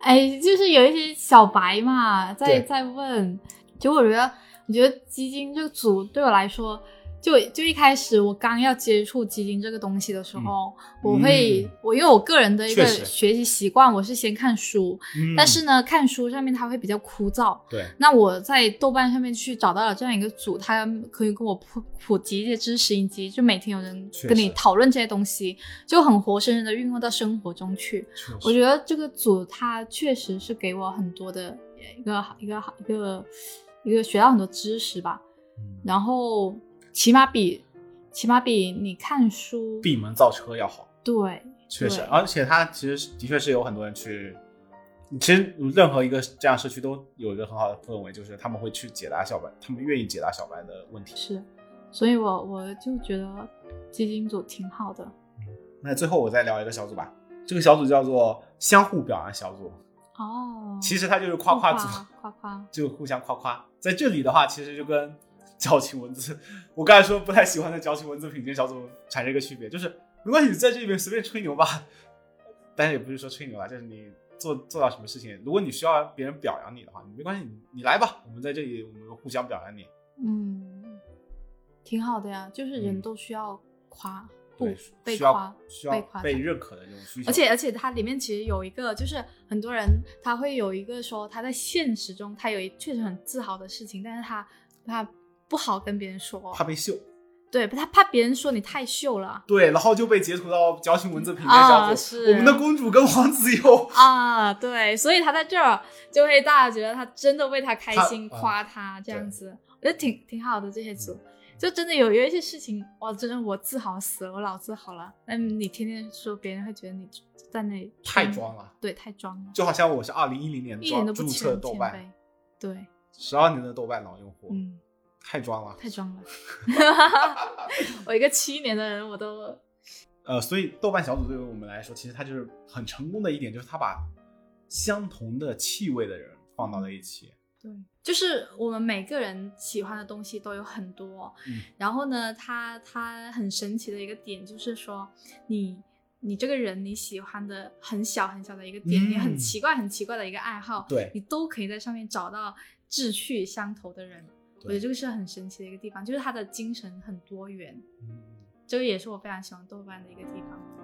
S2: 哎，就是有一些小白嘛，在
S1: 对
S2: 在问。就我觉得，我觉得基金这个组对我来说，就就一开始我刚要接触基金这个东西的时候，我会、
S1: 嗯
S2: 我因为我个人的一个
S1: 确实
S2: 学习习惯，我是先看书，
S1: 嗯
S2: 但是呢，看书上面它会比较枯燥。
S1: 对，
S2: 那我在豆瓣上面去找到了这样一个组，它可以跟我普普及一些知识，以及就每天有人
S1: 确
S2: 跟你
S1: 实
S2: 讨论这些东西，就很活生生的运用到生活中去。我觉得这个组它确实是给我很多的一个一个一个一个学到很多知识吧，
S1: 得
S2: 然后起码比起码比你看书
S1: 闭门造车要好。
S2: 对
S1: 确实，
S2: 对
S1: 而且它其实是的确是有很多人去，其实任何一个这样社区都有一个很好的氛围，就是他们会去解答小白，他们愿意解答小白的问题。
S2: 是，所以我我就觉得基金组挺好的
S1: 那最后我再聊一个小组吧，这个小组叫做相互表扬小组，
S2: 哦。
S1: 其实它就是夸夸组，
S2: 夸夸
S1: 就互相夸夸。在这里的话，其实就跟矫情文字，我刚才说不太喜欢的矫情文字品鉴小组产生一个区别，就是没关系，在这里面随便吹牛吧，但是也不是说吹牛啊，就是你做做到什么事情，如果你需要别人表扬你的话，没关系，你你来吧，我们在这里我们互相表扬你。
S2: 嗯，挺好的呀，就是人
S1: 嗯
S2: 都需要夸，不
S1: 对，
S2: 被
S1: 需
S2: 夸
S1: 要，需
S2: 被
S1: 要
S2: 夸
S1: 被
S2: 奖
S1: 认可的这种需求。
S2: 而且而且它里面其实有一个，就是很多人他会有一个说他在现实中他有一确实很自豪的事情，但是他他不好跟别人说，
S1: 怕被秀，
S2: 对，他怕别人说你太
S1: [laughs]
S2: 秀了
S1: 对，然后就被截图到矫情文字平台
S2: 啊，
S1: 上，我
S2: 是
S1: 们的公主跟王子有
S2: 啊，对，所以他在这儿就会大家觉得他真的为他开
S1: 他
S2: 心，
S1: 啊
S2: 夸他这样子，我觉得挺挺好的这些组。
S1: 嗯
S2: 就真的有有一些事情，哇，真的我自豪死了，我老自豪了。嗯，你天天说，别人会觉得你在那里
S1: 太装了，
S2: 对，太装了，
S1: 就好像我是二零一零年
S2: 一点
S1: 装
S2: 都不
S1: 注
S2: 谦
S1: 册
S2: 谦
S1: 豆
S2: 卑
S1: 瓣，。
S2: 对，
S1: 十二年的豆瓣老用户，
S2: 嗯，
S1: 太装了。[laughs]
S2: 太装了。我一个七年的人，我都
S1: 呃，所以豆瓣小组对于我们来说，其实它就是很成功的一点，就是它把相同的气味的人放到了一起。
S2: 对，就是我们每个人喜欢的东西都有很多，
S1: 嗯
S2: 然后呢，它它很神奇的一个点就是说，你你这个人你喜欢的很小很小的一个点，
S1: 嗯
S2: 你很奇怪很奇怪的一个爱好，
S1: 对
S2: 你都可以在上面找到志趣相投的人。我觉得
S1: 对
S2: 这个是很神奇的一个地方，就是它的精神很多元，
S1: 嗯
S2: 这个也是我非常喜欢豆瓣的一个地方。